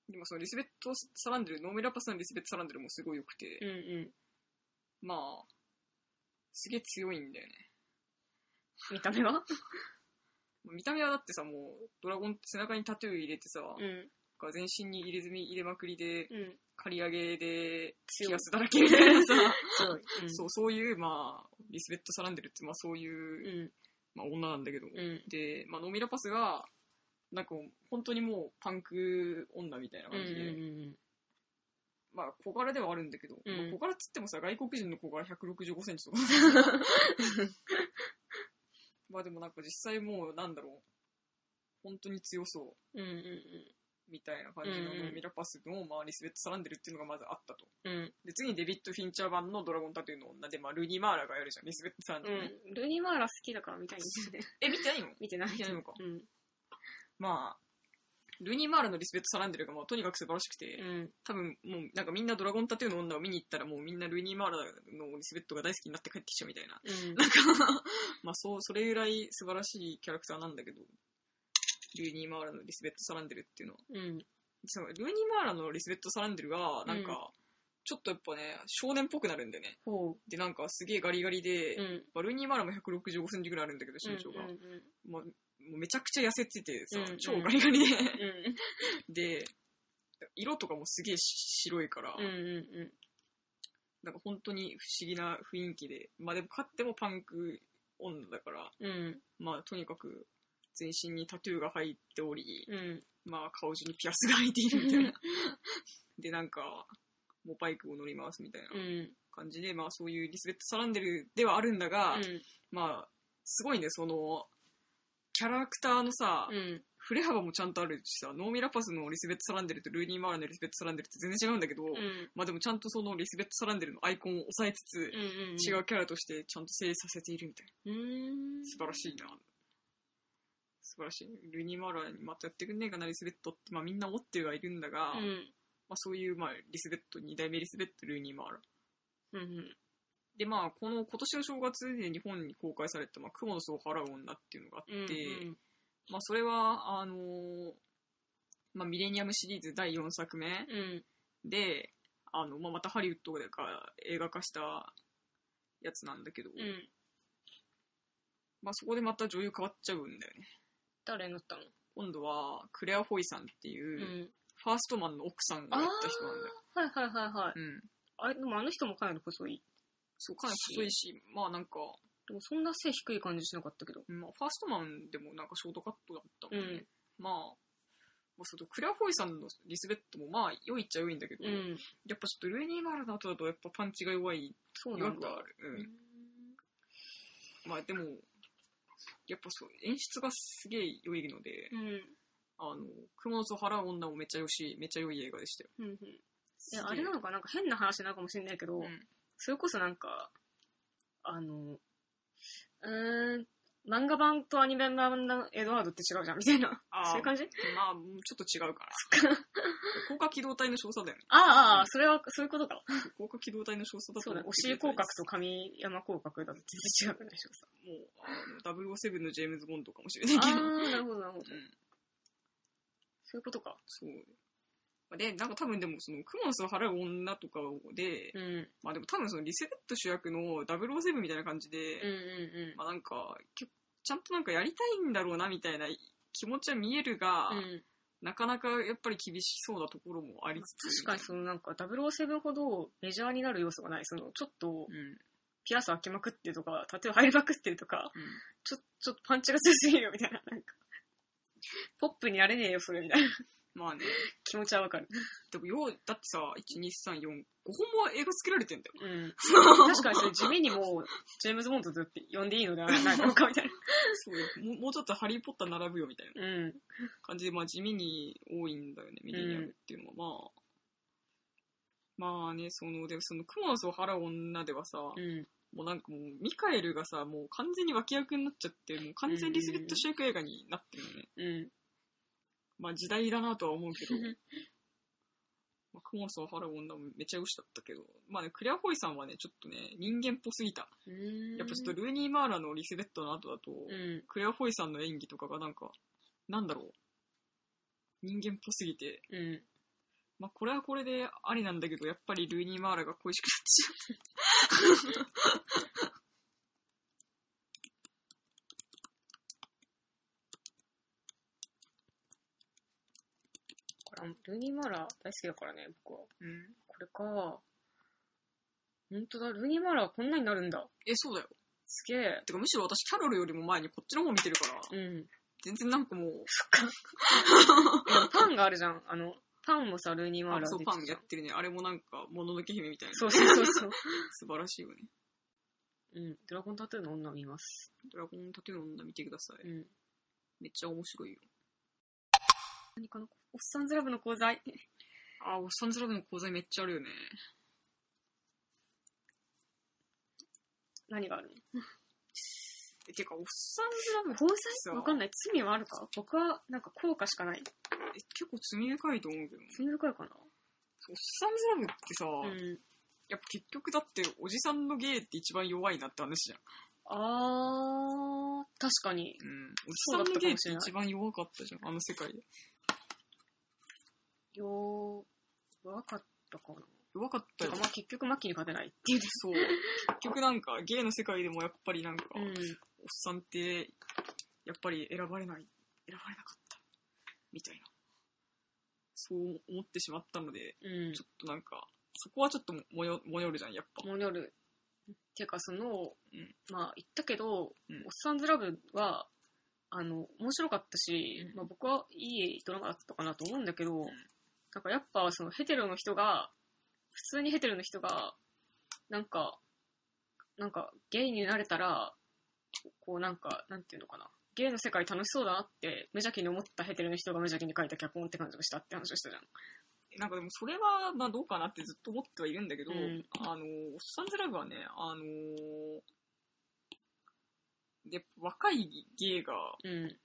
でもそのリスベット・サランデル、ノーミー・ラパスのリスベット・サランデルもすごい良くて、うんうん。まあ、すげえ強いんだよね。見た目は見た目はだってさ、もう、ドラゴンって背中にタトゥー入れてさ、うん全身に入れ墨入れまくりで、うん。刈り上げで、強いピアスだらけみたいなさ、強い。うんそう、そういう、まあ、リスベット・サランデルって、まあそういう、うんまあ女なんだけど、うんで、まあノーミラパスが、なんかもう本当にもうパンク女みたいなうん感うんじで、うんまあ小柄ではあるんだけど、うんまあ小柄っつってもさ、外国人の小柄165セ ンチとか。まあでもなんか実際もうなんだろう、本当に強そうんう。うんみたいな感じうんうのんノーミラパスの、まあ、リスベット・サランデルっていうのがまずあったと。うんうんで、次にデビッド・フィンチャー版のドラゴンタトゥーの女で、まあ、ルニマーラがやるじゃん、リスベット・サランデルね。うんルニマーラ好きだから見たいんですよね。え、見てないの見てない見てないのかうんまあ、ルニマーラのリスベット・サランデルが、まあ、とにかく素晴らしくて、うん多分、もう、なんかみんなドラゴンタトゥーの女を見に行ったら、もうみんなルニマーラのリスベットが大好きになって帰ってきちゃうみたいな。うんなんか、まあ、そう、それぐらい素晴らしいキャラクターなんだけど、ルニマーラのリスベット・サランデルっていうのは。うんそのルーニー・マーラのリスベット・サランデルが、なんうんか、ちょっとやっぱね、少年っぽくなるんだよね。ほで、なんかすげえガリガリで、ううんまあルーニー・マーラも165センチぐらいあるんだけど、身長が。うんうんまあもうめちゃくちゃ痩せててさ、うん超ガリガリで。うで、色とかもすげえ白いから、んうんうんうんなんか本当に不思議な雰囲気で。まあでも、勝ってもパンク女だから、うんまあとにかく、全身にタトゥーが入っており、うんまあ顔中にピアスが開いている みたいな。で、なんか、もうバイクを乗り回すみたいなうん感じで、まあそういうリスベット・サランデルではあるんだが、うんまあ、すごいね、その、キャラクターのさ、うん振れ幅もちゃんとあるしさ、ノーミラパスのリスベット・サランデルとルーニー・マーラのリスベット・サランデルって全然違うんだけど、うんまあでもちゃんとそのリスベット・サランデルのアイコンを抑えつつ、うんうん違うキャラとしてちゃんと成立させているみたいな。うん素晴らしいな。素晴らしい。ルーニー・マーラにまたやってくんねえかな、リスベットって、まあみんな思ってはいるんだが、うんまあ、そういう、まあ、リスベット、二代目リスベット、ルーニー・マーラ。うんで、まあ、この今年の正月で日本に公開された、まあ、クモの巣を払う女っていうのがあって、うんまあ、それは、あのーまあ、ミレニアムシリーズ第4作目うんで、あの、まあ、またハリウッドが映画化したやつなんだけど、うんまあ、そこでまた女優変わっちゃうんだよね。誰になったの今度は、クレア・ホイさんっていうう、んファーストマンの奥さんがやった人なんだよ。はいはいはいはいうん。あれでもあの人もかなり細いそう、かなり細いし、まあ、なんか、でもそんな背低い感じしなかったけどまあ、ファーストマンでもなんかショートカットだったもんね。うんまあ、まあ、そのクラフォイさんのリスベットもまあ良いっちゃ良いんだけど、うんやっぱちょっとルーニー・マーラの後だとやっぱパンチが弱い、そう違な和ん感がだある。うん。まあでも、やっぱそう、演出がすげえ良いので、うんうんあの、蜘蛛の巣を払う女もめっちゃ良し、めっちゃ良い映画でしたよ。うんうんいすげやえあれなのかなんか変な話なのかもしれないけど、うんそれこそなんか、あの、うーん、漫画版とアニメ版のエドワードって違うじゃんみたいな。あーそういう感じまあ、ちょっと違うから。高架機動隊の少佐だよね。ああ、ああ、それは、そういうことか。高架機動隊の少佐だとそう思だねって。お尻広角と神山広角だと全然違うよね、翔さもう、あの、007のジェームズ・ボンドかもしれないけど。ん。ああ、なるほど、なるほど。うんそういうことか。そう。で、なんか多分でもその、クモの巣を払う女とかで、うん。うんまあでも多分そのリセベット主役の007みたいな感じで、うんまあなんか、結構ちゃんとなんかやりたいんだろうなみたいな気持ちは見えるが、うん。うん。なかなかやっぱり厳しそうなところもありつつ。確かにそのなんか007ほどメジャーになる要素がない。その、ちょっとうん。うん。ピアス開けまくってるとか、タトゥー入りまくってるとか、ちょ、ちょっとパンチが強すぎるよ、みたいな。なんか、ポップになれねえよ、それ、みたいな。まあね、気持ちはわかる。でもよう、だってさ、1、2、3、4、5本も映画作ら れてんだよ。うん。確かにそれ地味にもう、ジェームズ・ボンドずって呼んでいいのではないのか、みたいそうよもうもうちょっとハリーポッター並ぶよみたいな。な。うん。感じで、まあ地味に多いんだよね、ミレニアムっていうのは。まあ、まあね、その、で、その、クモの巣を払う女ではさ、うん。もうなんかもう、ミカエルがさ、もう完全に脇役になっちゃって、もう完全にリスベット主役映画になってるよね。うん。まあ時代だなとは思うけど、まあ、クモンスを払う女もめちゃ牛だったけど、まあね、クレアホイさんはね、ちょっとね、人間っぽすぎた。うん。やっぱちょっとルーニー・マーラのリセベットの後だと、うん。クレアホイさんの演技とかがなんか、なんだろう。人間っぽすぎて、うん。まあこれはこれでありなんだけど、やっぱりルーニー・マーラが恋しくなってしこれ、ルーニーマーラ大好きだからね、僕は。まう。うん。これか。ほんとだ、ルーニーマーラはこんなになるんだ。 え、そうだよ。すげえ。てかむしろ私キャロルよりも前にこっちの方見てるから、うん。全然なんかもう、パンがあるじゃん。あの、パンもさ、ルーニーマーあラそうでパきンてたやってるね。あれもなんか、もののけ姫みたいな。そうそうそうそう。 素晴らしいよね。うん。ドラゴンタトゥーの女を見ます。ドラゴンタトゥーの女見てください。うん。めっちゃ面白いよ。何この、おっさんずラブの講座。あ、おっさんずラブの講座めっちゃあるよね。何があるえてか、おっさんずラブのっ交そ際うわかんない。罪はあるか僕は、なんか、効果しかない。て結構罪深いと思うけどね。罪深いかなおっさんずラブってさ、うん。やっぱ結局だって、おじさんの芸って一番弱いなって話じゃん。あー、確かに。うん。おじそさうだんったのか芸っもしてれない一番弱かったじゃん、あの世界で。よー、わかったかな。弱かってたよか、。まあ、結局、マッキーに勝てない。そう。結局なんか、芸の世界でもやっぱりなんか、うおっん。さんって、やっぱり選ばれない、選ばれなかった、みたいな。そう思ってしまったので、うんちょっとなんか、そこはちょっともよ、もよるじゃん、やっぱ。モニョル。てか、その、うんまあ、言ったけど、うんおっさんずラブは、あの、面白かったし、うんまあ、僕はいいドラマだったかなと思うんだけど、んなんかやっぱ、その、ヘテロの人が、普通にヘテロの人が、なんか、なんか、ゲイになれたら、こう、なんか、なんていうのかな。ゲイの世界楽しそうだなって、無邪気に思ったヘテロの人が無邪気に書いた脚本って感じがしたって話をしたじゃん。なんかでもそれは、まあどうかなってずっと思ってはいるんだけど、うんあの、おっさんずラブはね、あのやっぱ若い芸がうん。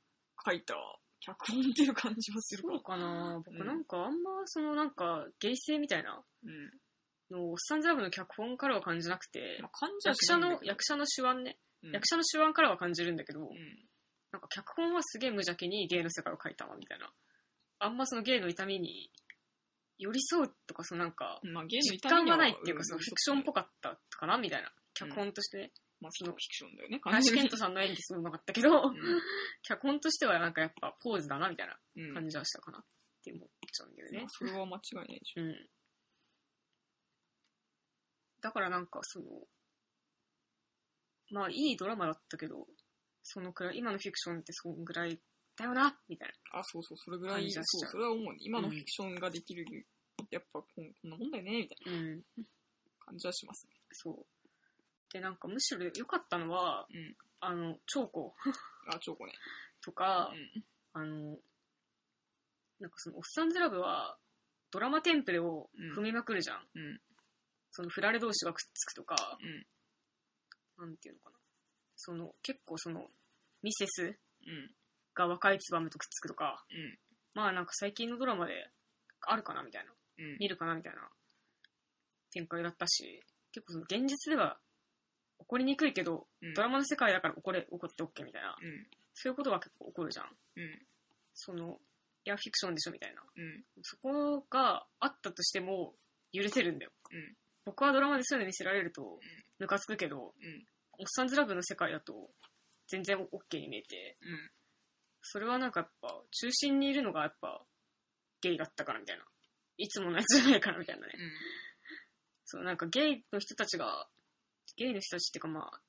書いた脚本っていう感じはするかそらうかなう僕んなんかあんまそのなんかゲイ性みたいなうん。のをおっさんずラブの脚本からは感じなくてまあ、感じは役者しないんのだけど役者の手腕ね、うん役者の手腕からは感じるんだけど、うんなんか脚本はすげえ無邪気にゲイの世界を描いたわみたいなあんまそのゲイの痛みに寄り添うとかそのなんかまあ、芸の実痛み感にはがないっていうかそのんフィクションっぽちょかったかなみたいな脚本としてね、とまあ、そのフィクションだよね、林健人さんの演技すごいうまかったけど、うん脚本としてはなんかやっぱポーズだなみたいなうん。感じはしたかなって思っちゃうんだよねまあ、それは間違いないでしょ。うん。だからなんかその、まあいいドラマだったけど、そのくらい、今のフィクションってそんぐらいだよな、みたいな。あ、そうそう、それぐらい、感じそはしちゃう、うそれは思うね。今のフィクションができる、やっぱこんこんなもんだよね、みたいうん。な感じはしますね。そう。で、なんかむしろ良かったのは、うんあの、長子あ、チョコね。とうか、ん。あの、なんかその、おっさんずラブは、ドラマテンプレを踏みまくるじゃん。うん。その、振られ同士がくっつくとか、うん。なんていうのかな。その、結構その、ミセスうん。が若いツバメとくっつくとか、うんまあなんか最近のドラマであるかなみたいな、うん。見るかなみたいな展開だったし、結構その現実では起こりにくいけど、うんドラマの世界だから起これ、起こって OK みたいな、うん。そういうことが結構起こるじゃん。うん。その、いや、フィクションでしょみたいな。うん。そこがあったとしても、許せるんだよ。うん僕はドラマでそういうの見せられると、ムカつくけど、うんおっさんずラブの世界だと、全然 OK に見えて、うん。それはなんかやっぱ、中心にいるのがやっぱ、ゲイだったからみたいな。いつものやつじゃないからみたいなね。 うん。そう、なんかゲイの人たちが、ゲイの人たちっていうかまあ、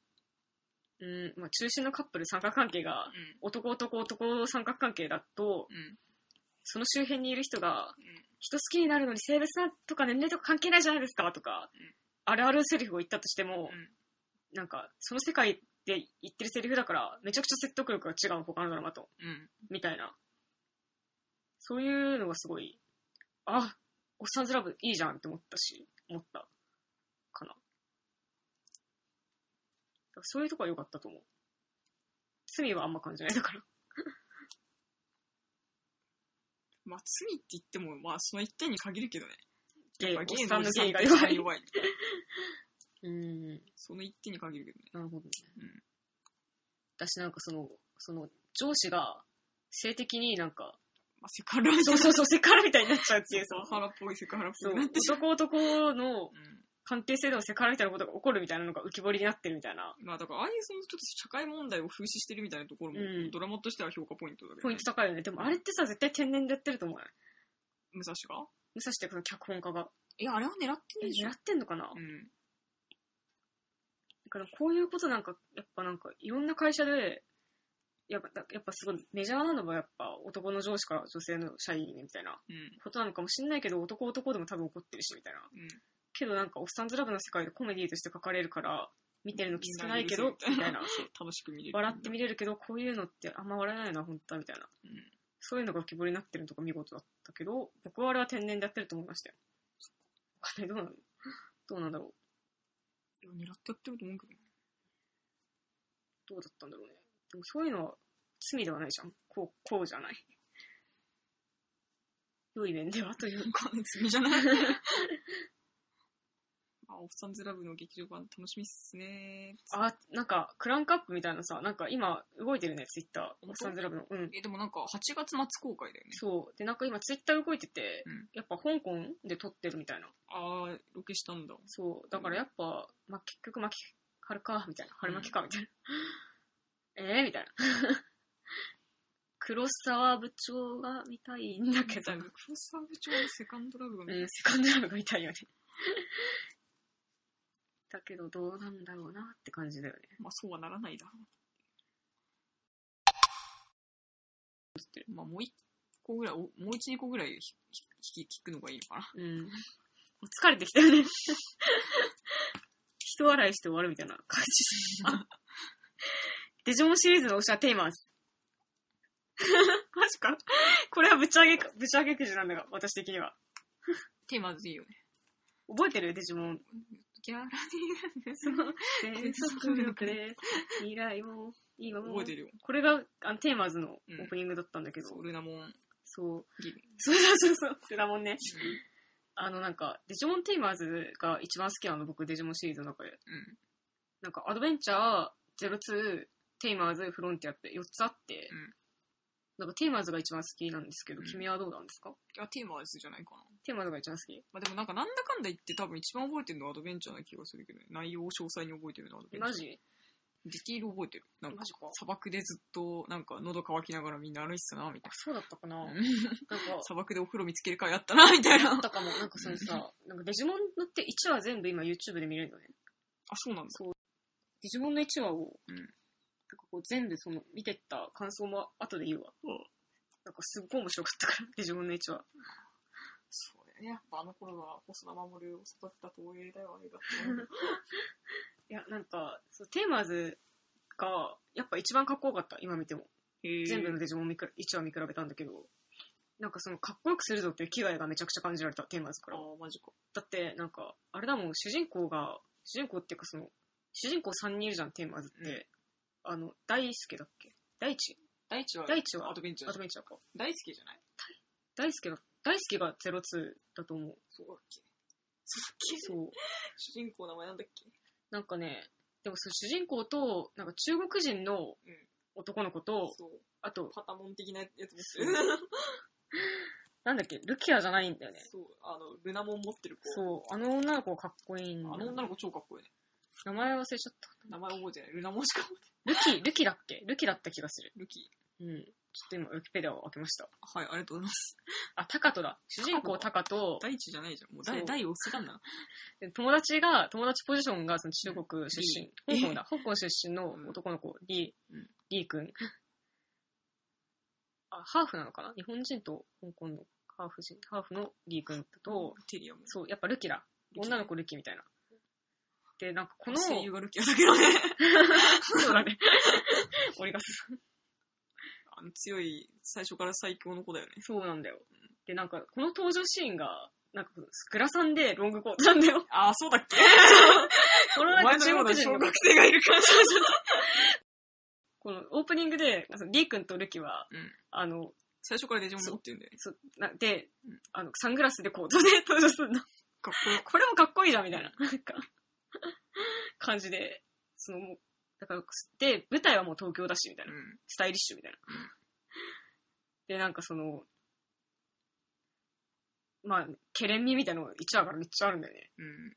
うん、まあ中心のカップル三角関係が、うん。男男男三角関係だと、うん。その周辺にいる人がん、人好きになるのに性別だとか年齢とか関係ないじゃないですかとかうん、あるあるセリフを言ったとしてもう、んなんか、その世界で言ってるセリフだから、めちゃくちゃ説得力が違う他のドラマと。うん。みたいな。そういうのがすごい、あ、おっさんずラブいいじゃんって思ったし、思った。かな。だからそういうとこは良かったと思う。罪はあんま感じないだから。まあ、罪って言っても、まあ、その一点に限るけどね。ゲイ、おまっあゲイさのんおのじさゲんイってが一弱番い。弱い。うん。その一点に限るけどね。なるほどね。うん私なんかその、その、上司が性的になんか、まあ、セクハラみそ たいうな。そうそう、セクハラみたいになっちゃうっていう、セそクう。ハラっぽいセクハラっぽそういなってしまう。男男のうん関係性でもセクハラみたいなことが起こるみたいなのが浮き彫りになってるみたいな。まあだから、ああいうそのちょっと社会問題を風刺してるみたいなところも、うんドラマとしては評価ポイントだけど、ポイント高いよね。でもあれってさ、絶対天然でやってると思うよ。武蔵が武蔵ってこの脚本家が。いや、あれは狙ってえ、ねえじゃ狙んっ。てんのかな、だうん。からこういうことなんか、やっぱなんか、いろんな会社で、やっぱ、やっぱすごいメジャーなのはやっぱ男の上司から女性の社員にみたいなうん。ことなのかもしんないけど、男男でも多分怒ってるしみたいな。うん。けどなんか、オッサンズラブの世界でコメディとして書かれるから、見てるのきつくないけど、みみたたいいなな。楽しく見れる。笑って見れるけど、こういうのってあんま笑えないな、本当は、みたいな。うんそういうのが浮き彫りになってるのとか見事だったけど、僕はあれは天然でやってると思いましたよ。わかんないどうなのどうなんだろいや狙ってやってると思うけどね。うどうだったんだろうね。でもそういうのは罪ではないじゃん。こう、こうじゃない。良い面ではという。 お金積み じゃないまあ、オフサンズラブの劇場版楽しみっすね。あ、なんか、クランクアップみたいなさ、なんか今動いてるね、ツイッター。当オッサンズラブの。うん。え、でもなんか8月末公開だよね。そう。で、なんか今ツイッター動いてて、うんやっぱ香港で撮ってるみたいな。ああ、ロケしたんだ。そう。だからやっぱ、まあ、結局巻き、春か、みたいな。春巻きか、みたいな。 ええー、みたいな。 黒沢部長が見たいんだけどだい。ぶ黒沢部長のセカンドラブが見うん、セカンドラブが見たいよね。 だけど、どうなんだろうなって感じだよね。まあそうはならないだろう。つってまあもう一個ぐらい、おもう一、二個ぐらいひひ聞くのがいいのかな。うん。疲れてきたよね。 人笑いして終わるみたいな感じ。デジモンシリーズの推しはテイマーズ。 マジかこれはぶち上げか、ぶち上げくじなんだが、私的には。テーマでいいよね。覚えてるデジモ ン。ギャラリーなんですその、全速力です。未来も、今も。覚えてるよ。これがあのテーマーズのオうんープニングだったんだけど、そうルナモン。そう。ギブそうそうそうそう、セラモンね。あのなんか、デジモンテイマーズが一番好きなの、僕、デジモンシリーズの中で。うん。なんかアドベンチャー、02、テイマーズ、フロンティアって4つあって、うんなんかテイマーズが一番好きなんですけど、うん君はどうなんですかいや、テーマですじゃないかな。テイマーズが一番好きまあでもなんかなんだかんだ言って多分一番覚えてるのはアドベンチャーな気がするけどね。内容を詳細に覚えてるのはアドベンチャー。マジディティール覚えてる。なんかマジか砂漠でずっとなんか喉乾きながらみんな歩いてたな、みたあいそうだったかな、ななん。か、砂漠でお風呂見つける会あったな、みた いな。あっあ、たかも。なんかその さ、なんかデジモンのって1話全部今 YouTube で見れるのね。そうなんだ。そう。デジモンの1話を、うんなんかこう全部その見てった感想も後で言うわ。うんなんかすっごい面白かったから、 デジモンの1話。そうだよね。やっぱあの頃は細田守を育てた東映だよ、あれだって。いや、なんか、そうテーマーズがやっぱ一番かっこよかった、今見ても。へー全部のデジモン見く1話見比べたんだけど、なんかそのかっこよくするぞっていう気概がめちゃくちゃ感じられたテーマですかあら。あ、マジか。だってなんか、あれだもん、主人公が、主人公っていうかその、主人公3人いるじゃん、テーマーズって。あの、大輔だっけ大地大地は、大地はアドベンチャアード。ベンチャーか。大好きじゃない大輔だ、大輔が02だと思う。そうだっけ。そうだっそう。け主人公の名前なんだっけなんかね、でもその主人公と、なんか中国人のうん男の子と、そう。あと、パタモン的なやつです そう。なんだっけ、ルキアじゃないんだよね。そう、あの、ルナモン持ってる子。そう、あの女の子かっこいいんだよあの女の子超かっこいいね。名前忘れちゃった。名前覚えてない。ルナモンしか覚えてルキ、ルキだっけルキだった気がする。ない。ルキ。うん。ちょっと今、ウィキペディアを開けました。はい、ありがとうございます。あ、タカトだ。主人公タカト、第一じゃないじゃん。もうそ第、う第を捨てたんだな。友達が、友達ポジションがその中国出うん身、香港だ。香港出身のうん男の子、リーうん、リー君。あ、ハーフなのかな日本人と香港のハーフ人、ハーフのリー君と、テリアも。そう、やっぱルキだ。女の子ルキみたいな。で、なんかこの、声優がルキアだけどね。 そう だね。俺があの、強い、最初から最強の子だよね。そうなんだよ。で、なんか、この登場シーンが、なんか、グラサンでロングコートなんだよ。ああ、そうだっけこ おの前中のよ中うな国小人学の、生がいるから。このオープニングで、そのリー君とルキは、うんあの、最初からデジモン持ってるんだよね。そなでうん、あの、サングラスでコートで登場するの。 かっこよくこれもかっこいいな、みたいな、なんか、感じで、その、もうだから、で、舞台はもう東京だし、みたいな。うスタイリッシュみたいな。で、なんかその、まあ、ケレン味みたいなのが1話からめっちゃあるんだよね。ん。うん。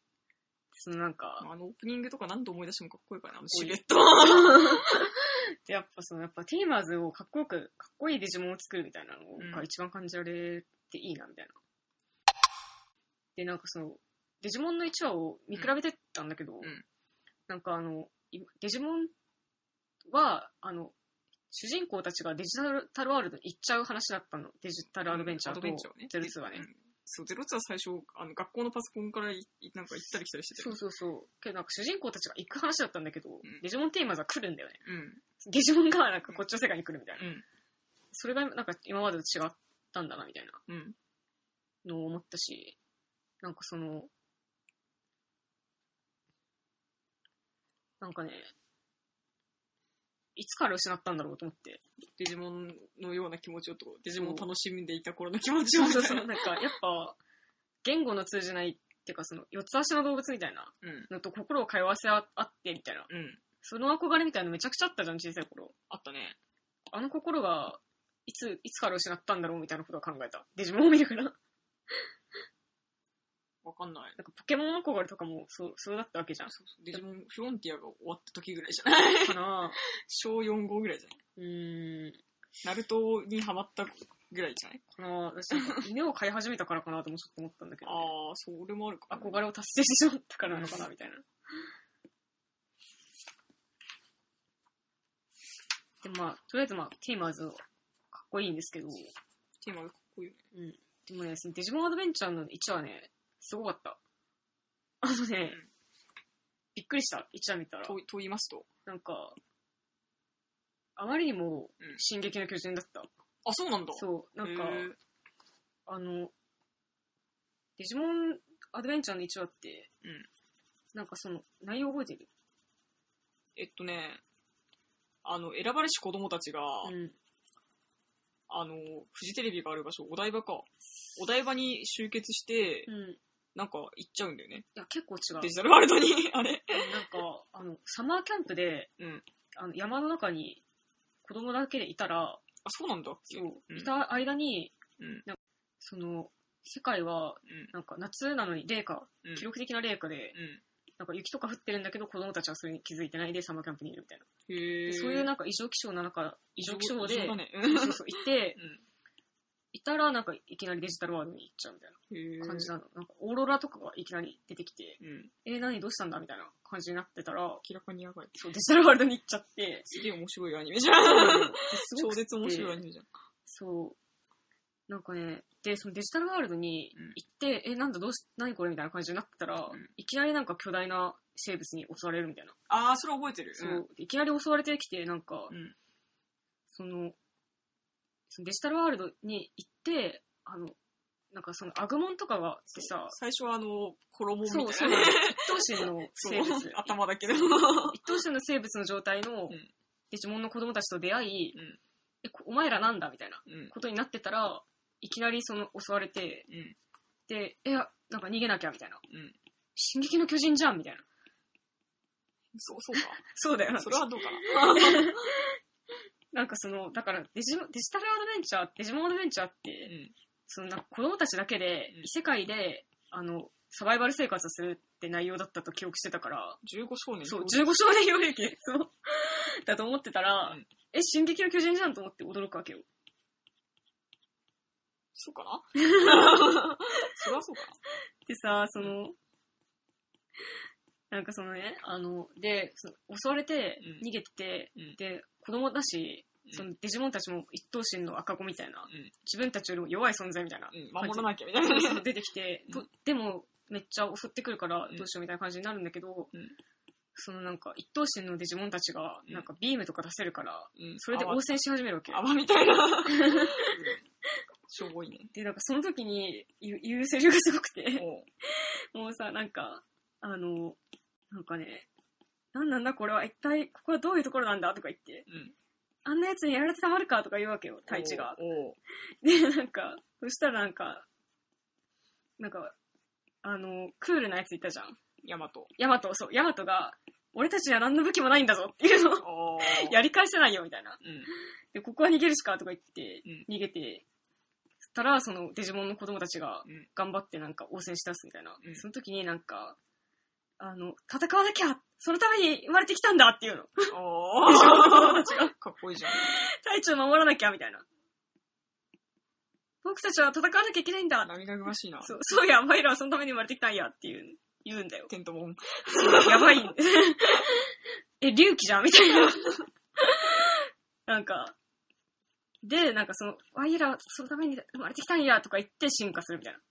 そのなんか、あの、オープニングとか何度思い出してもかっこいいからな、あのこうシいうルエット。でやっぱその、やっぱティーマーズをかっこよく、かっこいいデジモンを作るみたいなのうがん一番感じられていいな、みたいな。で、なんかその、デジモンの1話を見比べてったんだけど、んなんかあの、今デジモンは、あの、主人公たちがデジタルワールドに行っちゃう話だったの。デジタルアドベンチャーアとドベンチャーね。ゼルツはねう。んそう、ゼロツは最初、あの、学校のパソコンからい、なんか行ったり来たりしてて。そうそうそう。けどなんか主人公たちが行く話だったんだけど、んデジモンテーマズは来るんだよね。うん。デジモンがなんかこっちの世界に来るみたいな。うん。それがなんか今までと違ったんだなみたいうん。なのを思ったし、なんかその、なんかね、いつから失ったんだろうと思って。デジモンのような気持ちをと、デジモンをそう楽しんでいた頃の気持ちをそうみたそいうそう。なな。んかやっぱ、言語の通じないっていうかその四つ足の動物みたいな うん。のと心を通わせあってみたいな。うん。その憧れみたいなのめちゃくちゃあったじゃん、小さい頃。あったね。あの心が、いつ、いつから失ったんだろうみたいなことを考えた。デジモンを見るから。わかんない。なんかポケモン憧れとかもそう、そうだったわけじゃん。そうそうデジモンフロンティアが終わった時ぐらいじ ゃないかな小4号ぐらいじゃないうーん。ナルトにハマったぐらいじゃないかな私なんか犬を飼い始めたからかなともちょっと思ったんだけど、ああ、それもあるかな。憧れを達成してしまったからなのかなみたいな。でもまあ、とりあえずまあ、テーマーズはかっこいいんですけど、テーマがかっこいいよね。でもね、そのデジモンアドベンチャーの1話ね、すごかった。あのね、うんびっくりした、1話見たら。と、と言いますと。なんか、あまりにもうん、進撃の巨人だった。あ、そうなんだ。そう、なんかへ、ーあの、デジモンアドベンチャーの1話って、うんなんかその、内容覚えてるえっとね、あの、選ばれし子供たちが、うん。あの、フジテレビがある場所、お台場か。お台場に集結して、うん。いなんか行っちゃうんだよね。や、結構違う。なんデかジタルワールドに、 あれ。、あの、サマーキャンプで、うんあの山の中に子供だけでいたら、あ、そうなんだっけそう、うんいた間に、うんなんかその、世界は、うんなんか夏なのに冷夏、うん記録的な冷夏で、うなんか雪とか降ってるんだけど子供たちはそれに気づいてないでサマーキャンプにいるみたいな。ん。へでえ。そういうなんか異常気象な中、異常気象で、異常だね。そうそうそう、いて、ういたら、なんか、いきなりデジタルワールドに行っちゃうみたいん。へな感じなの。なんか、オーロラとかがいきなり出てきて、うん。えー、何どうしたんだみたいな感じになってたら、明らかにやば い。そう、デジタルワールドに行っちゃって、すげえ面白いアニメじゃ。そうん です超ごく絶面白いアニメじゃん。そう。なんかね、で、そのデジタルワールドにうん行って、え、なんだ、どうし、何これみたいな感じになってたら、うんいきなりなんか巨大な生物に襲われるみたいな。あー、それ覚えてる。そう、いきなり襲われてきて、なんか、うん。うん。その、そのデジタルワールドに行って、あの、なんかそのアグモンとかがってさ、最初はあの、衣みたいそう、そうななの。ね。一頭身の生物。そう 頭だけど。一等身の生物の状態のうんデジモンの子供たちと出会い、うんえ、こお前らなんだみたいなうん。ことになってたら、いきなりその襲われて、うん。で、いや、なんか逃げなきゃみたいな。うん進撃の巨人じゃんみたいな。そう、そうか。そう だよそれはどうかなんかその、だからデジモンデジタルアドベンチャー、デジモンアドベンチャーって、な。うん。そのなんか子供たちだけでうん、異世界で、あの、サバイバル生活をするって内容だったと記憶してたから、 15少年。そう、15少年領域、 そう、だと思ってたら、うんえ、進撃の巨人じゃんと思って驚くわけよ。そうか なそれはそうかでさ、その、なんかそのね、あの、で、その襲われてうん逃げてて、うんで、子供だし、うんそのデジモンたちも一等身の赤子みたいな、うん自分たちよりも弱い存在みたいなな。うん。守らなきゃみたいな。そう出てきて、うんとでもめっちゃ襲ってくるからうんどうしようみたいな感じになるんだけど、うんそのなんか一等身のデジモンたちがうんなんかビームとか出せるから、うん。それで応戦し始めるわけ。泡みたいな。うんしょぼいね。で、なんかその時に言う言うセリフがすごくて、おうもうさ、なんか、あの、なんかね、なんなんだこれは一体ここはどういうところなんだとか言って、うん。あんな奴にやられてたまるかとか言うわけよ、太一が。おう。で、なんか、そしたらなんか、なんか、あの、クールなやついたじゃん。ヤマト。ヤマト、そう、ヤマトが、俺たちには何の武器もないんだぞっていう のをああ。やり返せないよみたいな。うん。で、ここは逃げるしかとか言ってうん、逃げて、そしたら、そのデジモンの子供たちがうん頑張ってなんか応戦し出すみたいな。うんその時になんか、あの、戦わなきゃそのために生まれてきたんだっていうの。 ああ。かっこいいじゃん。大地を守らなきゃみたいな。僕たちは戦わなきゃいけないんだ。涙ぐましいな。そう、そうや、お前らはそのために生まれてきたんやっていう、言うんだよ。テントモン。やばい。 え、隆起じゃんみたいな。なんか、で、なんかその、ワイらはそのために生まれてきたんやとか言って進化するみたいな。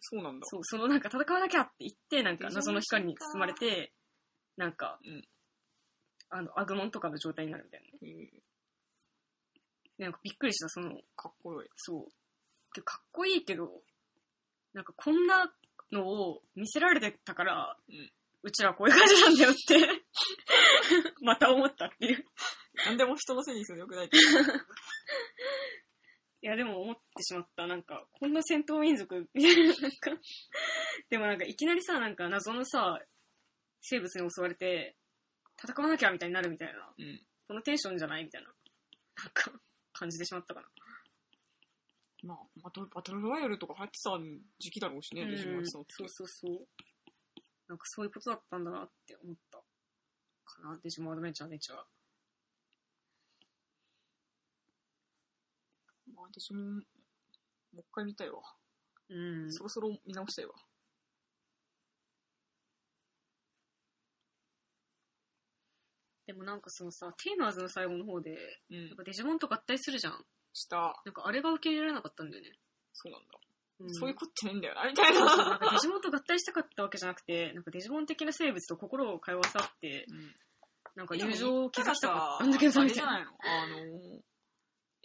そうなんだ。そう、そのなんか戦わなきゃって言って、なんか謎の光に包まれて、なんか、うんあの、アグモンとかの状態になるみたいなね。うんでなんかびっくりした、その、かっこいい。そう。けどかっこいいけど、なんかこんなのを見せられてたから、うんちらはこういう感じなんだよって、 また思ったっていう。なんでも人のせいにするのよくない。いや、でも思ってしまった。なんか、こんな戦闘民族、みたいな、なんか。でもなんか、いきなりさ、なんか謎のさ、生物に襲われて、戦わなきゃみたいになるみたいな。うん。このテンションじゃないみたいな。なんか、感じてしまったかな。まあ、バトル、バトルロワイヤルとか流行ってた時期だろうしね、うんレジモンさんってそうそうそう。なんかそういうことだったんだなって思った。かな、デジモンアドベンチャーネイチャー。まあ、私も、もう一回見たいわ。うんそろそろ見直したいわ。でもなんかそのさ、テーマーズの最後の方で、うんなん。かデジモンと合体するじゃん。した。なんかあれが受け入れられなかったんだよね。そうなんだ。うんそういうことじゃねえんだよな、みたいそうそうな。なんかデジモンと合体したかったわけじゃなく て、なんかデジモン的な生物と心を通わさって、うん。なんか友情を築きたかったなんんだけどさ、あみれたじいゃな。ないのあの、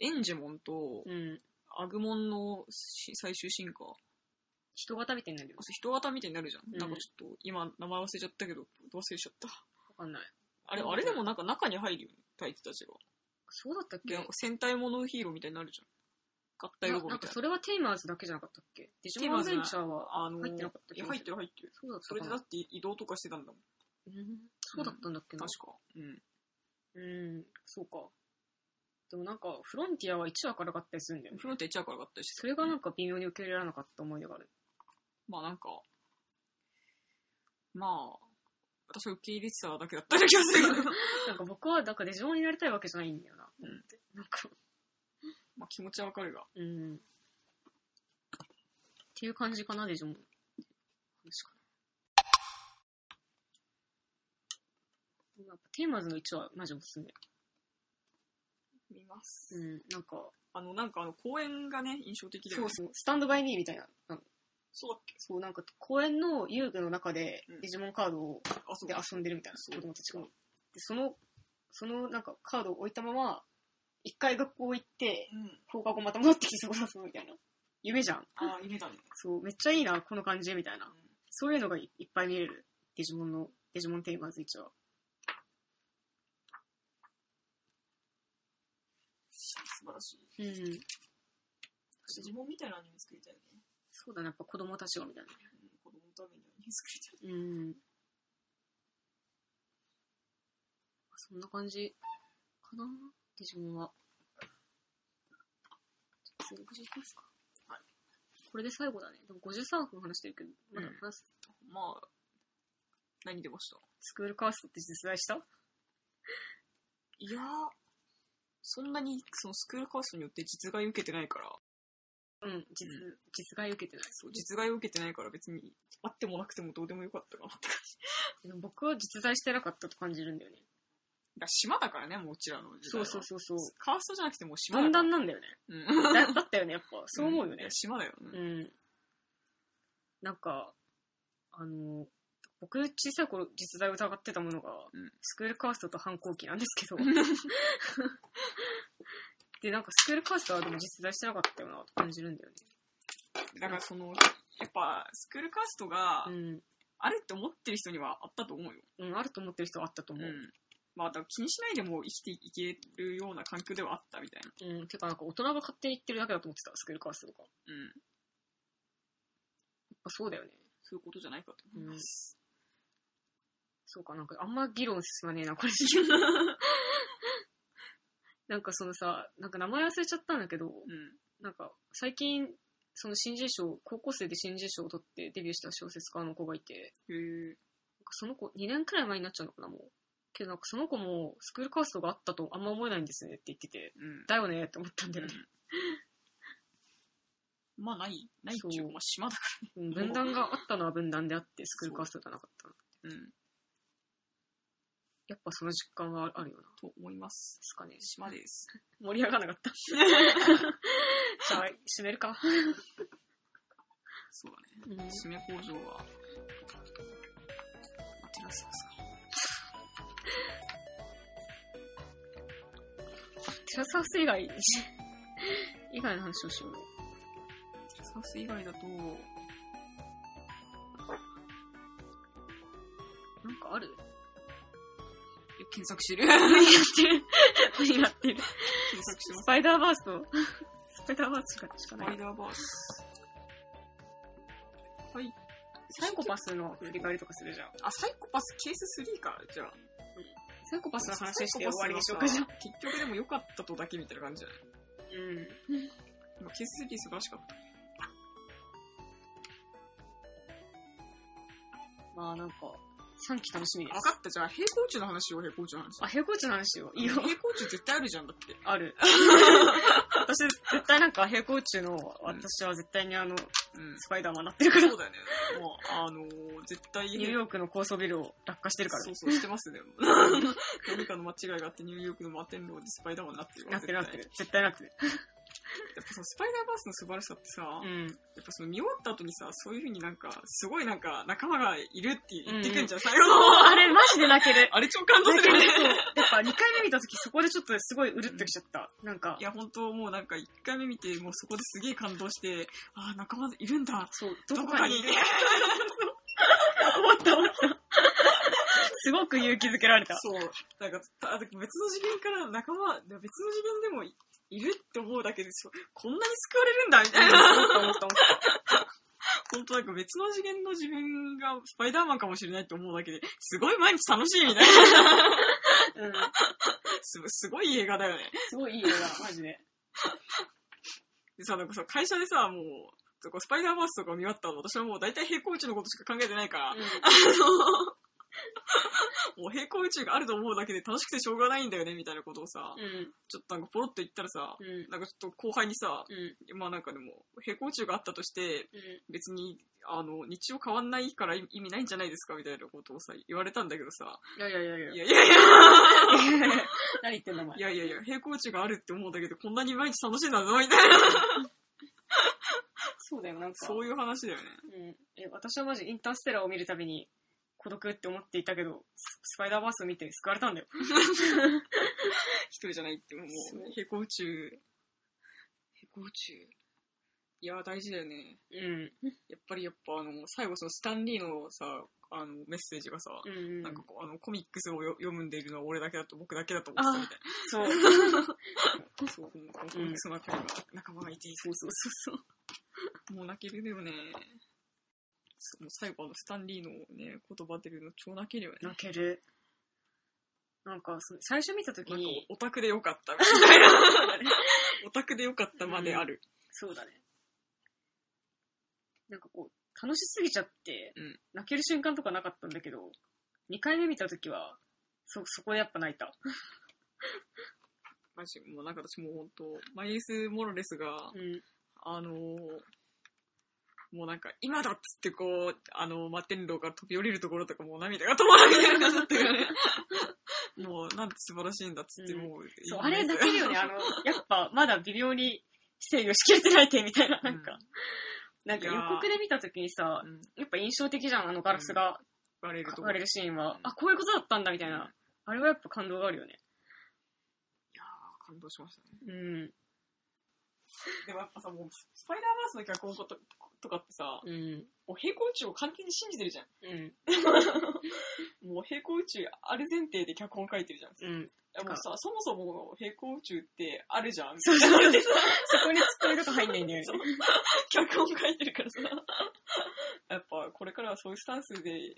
エンジェモンとうん。アグモンのし最終進化。人が食べてんだけど、人型みたいになるじゃん。うんなんかちょっと、今、名前忘れちゃったけど、忘れちゃった。わかんない。あれ、あれでもなんか中に入るよね、タイツたちが。そうだったっけで、なんか戦隊ものヒーローみたいになるじゃん。合体ロなボなんみかたいな。それはテーマーズだけじゃなかったっけデジモンアドベンチャーはあの、入ってなかったっいけや、入ってる入ってる。そうだったそれでかだなって移動とかしてたんだもん。うんそうだったんだっけな、確か。うん。うん、そうか。でもなんか、フロンティアは1話から合体するんだよね。フロント1話から合体してそれがなんか微妙に受け入れられなかった思い出がある。まあなんか、まあ、私は受け入れてただけだったような気がす るけど、なんか僕は、なんかデジモンになりたいわけじゃないんだよな。うんなんか、まあ気持ちはわかるが。うん。っていう感じかな、デジモンの話かな。やっぱテーマズの1話、マジおすすめ。見ますう。ん、なんか、あの、なんかあの、公演がね、印象的だよそうね。そう、スタンドバイミーみたいな。なんかそうだっけそう、なんか公園の遊具の中でうんデジモンカードをあ、そうでだ。遊んでるみたいそなう子供たちが。で、その、そのなんかカードを置いたまま、一回学校行って、うん。放課後また戻ってきてそこ遊ぶみたいな。夢じゃん。あ、夢だね。そう、めっちゃいいな、この感じ、みたいな。そういうのがいいっぱい見れる。デジモンの、デジモンテーマズ一応。素晴らしい。うん。私自分みたいなアニメ作りたいよね。そうだね、やっぱ子供たちがみたいな。うん子供のためにアニメ作りたい。うん。そんな感じかなデジモンは。じゃあ次告知いきますか。はい。これで最後だね。でも53分話してるけど、まだ話す。まあ、何出ましたスクールカーストって実在したいやー、そんなに、そのスクールカーストによって実害受けてないから、うん、実、実害受けてない。そう、実害を受けてないから別に、あってもなくてもどうでもよかったかなって感じ。でも僕は実在してなかったと感じるんだよね。だから島だからね、もううちらの時代そはうそうそうそう。カーストじゃなくてもう島分だから。断なんだよね。うん。だだったよね、やっぱ。そう思うよいねや。島だようね。ん。なんか、あの、僕小さい頃実在を疑ってたものが、うんスクールカーストと反抗期なんです けど。で、なんかスクールカーストはでも実在してなかったよなと感じるんだよね。だからその、やっぱ、スクールカーストが、あるって思ってる人にはあったと思うよ。うん。うん、あると思ってる人はあったとう思う。ん。まあ、だから気にしないでも生きていけるような環境ではあったみたいな。うん。てかなんか大人が勝手に言ってるだけだと思ってた、スクールカーストとか。やっうん。ぱそうだよね。そういうことじゃないかと思います。そうか、なんかあんま議論進まねえ な、これ。なんかそのさ、なんか名前忘れちゃったんだけど、うん。なんか最近、その新人賞、高校生で新人賞を取ってデビューした小説家の子がいて、へえ。なんかその子2年くらい前になっちゃうのかな、もう。けどなんかその子もスクールカーストがあったとあんま思えないんですねって言ってて、うん。だよねって思ったんだよね。 まあ、ない、ないっていそううか、まあ、島だかうん分断があったのは 分断であって、スクールカーストじゃなかったな。ら。うん。やっぱその実感はあるよな。でと思います。すかね。島です。盛り上がらなか った。じゃあ、締めるか。そうだね。締め工場は、まあ、テラスですか。テラスハウス以 外、以外の話をしようよ。テラスハウス以外だと、なんかある検索してる。何やってる何やってる検索してまスす。パイダーバー スと、スパイダーバースしかスなパイい。ダーバース。はい。サイコパスの振り返りとかするじゃん。あ、サイコパスケース3か、じゃあ。サイコパスの話して終わりにしようかサイじゃんコ。パスはさ結局でも良かったとだけみたいな感じじゃないうん。今ケース3素晴らしかった。まあなんか、3期楽しみです。分かった、じゃあ平行宇宙の話を平行宇宙の話。あ、平行地の話よ。いいよ平。行宇宙 絶対あるじゃん、だって。ある。私、絶対なんか平行宙の、私は絶対にあの、うん。スパイダーマンなってるからそ。うだよね。もう、あのー、絶対ニューヨークの高層ビルを落下してるからそねう。そう、してますね。 何かの間違いがあって、ニューヨークの摩天楼でスパイダーマンになってるわなってるなって。絶る。絶対なってる。対やっぱそのスパイダーバースの素晴らしさってさ、うやん。っぱその見終わった後にさ、そういう風になんか、すごいなんか仲間がいるって言ってくんじゃん、最後の。あれ、マジで泣ける。あれ超感動泣すけるる。ね。そう。やっぱ2回目見たとき、そこでちょっとすごいうるっときちゃった。なんかい、や、本当もうなんか一回目見て、もうそこですげえ感動して、ああ、仲間いるんだ。そう、どどここかかににい。る。思った思った。すごく勇気づけられた。そう。なんか、た別の次元から仲間、別の次元でもいいるって思うだけで、そうこんなに救われるんだ、みたいな。思った思った。本当なんか別の次元の自分がスパイダーマンかもしれないって思うだけで、すごい毎日楽しいみたいな。 うん。すごいすごい映画だよね。すごいいい映画、マジで。でさ、なんかさ、会社でさ、もう、とかスパイダーバースとか見終わったの、私はもう大体平行宇宙のことしか考えてないから、もう平行宇宙があると思うだけで楽しくてしょうがないんだよね、みたいなことをさう、ん。ちょっとなんかポロッと言ったらさ、うん。なんかちょっと後輩にさ、うん。まあなんかでも、平行宇宙があったとして、別に、あの、日常変わんないから意味ないんじゃないですか、みたいなことをさ、言われたんだけどさ、いやいやいやいやい。やいやいや何言ってんだお前い。やいやいや、平行値があるって思うだけで、こんなに毎日楽しいんだぞ、みたいな。そうだよ、なんか。そういう話だよね。うん、え私はマジインターステラーを見るたびに孤独って思っていたけどススパイダーバースを見て救われたんだよ一人じゃないって、もうそう、平行宇宙。平行宇宙。いやー、大事だよね。うんやっぱりやっぱ、あの、最後そのスタンリーのさ、あの、メッセージがさ、うんなんかこう、あの、コミックスをよ読むんでいるのは俺だけだと、僕だけだと思ってたみたいそうな。そう、このこのコミックスの中には仲間がいて、そうそうそうそう。もう泣けるよね。そうもう最後あの、スタンリーのね、言葉出るの超泣けるよね。泣けるなんかその最初見た時なんかにオタクでよかったみたい な。オタクでよかったまである。そうだねなんかこう楽しすぎちゃって、うん泣ける瞬間とかなかったんだけど2回目見た時はそそこでやっぱ泣いたマジ、もうなんか私もう本当マイリス・モロレスが、うんあのーもうなんか、今だっつってこう、あのー、摩天楼から飛び降りるところとかもう涙が止まらないみたいな感じだったから ね。もう、なんて素晴らしいんだっつって、うんもう、そういあいねれ泣けるよねあのやっぱまだ微妙に制御しきれてない点みたいななんか、うんなんか予告で見た時にさ、うんやっぱ印象的じゃん、あのガラスが割れるところ。割れるシーンは。うんあ、こういうことだったんだ、みたいうんな。あれはやっぱ感動があるよね。いやー感動しましたね。うん。でもやっぱさ、もう、スパイダーバースの脚本ととかってさ、うん。もう平行宇宙を完全に信じてるじゃん。うん。もう平行宇宙ある前提で脚本書いてるじゃん。うん。もうさ、そもそも平行宇宙ってあるじゃん。そうそうそう。そこ に突っ込みとか入んないんだよねそう。脚本書いてるからさ。やっぱこれかからはそういうスタンスで、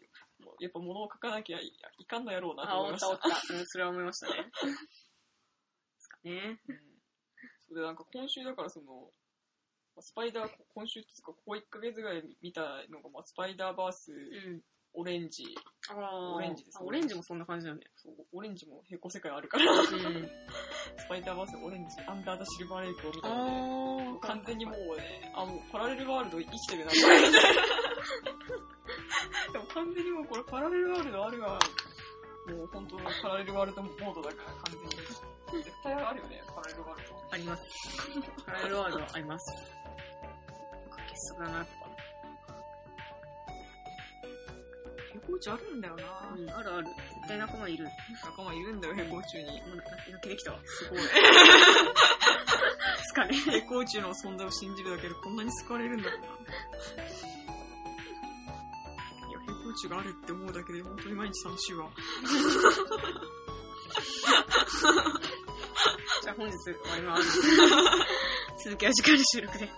やっぱ物を書かなきゃいいかんのやろうなとあ、思おいまっした。おったた。うん、それは思いましたね。ですかね。うんそれで、なんか今週だからその、スパイダー、今週っていうか、ここ1ヶ月ぐらい見たのが、まあ、スパイダーバース、うん。オレンジ、ああ、オレンジですねあオレンジもそんな感じなんだよ。そうオレンジも平行世界あるから、スうん。パイダーバース、オレンジ、アンダー・ザ・シルバー・レイクを見たので、あ完全にもうね、あ、もうパラレルワールド生きてるな、でも完全にもうこれパラレルワールドあるわ。もう本当パラレルワールドモードだから完全に。絶対あるよね、パラレルワールド。あります。パラレルワールドあります。なんか傑作だな、やっ平行中あるんだよなぱ。うん、あるある。絶対仲間いる。も仲間いるんだよ、平行中に。うな泣けてきたわ。です ごい。かね。平行中の存在を信じるだけでこんなに救われるんだろうな。いや、平行中があるって思うだけで本当に毎日楽しいわ。 じゃあ本日終わります。続きは次回の収録で。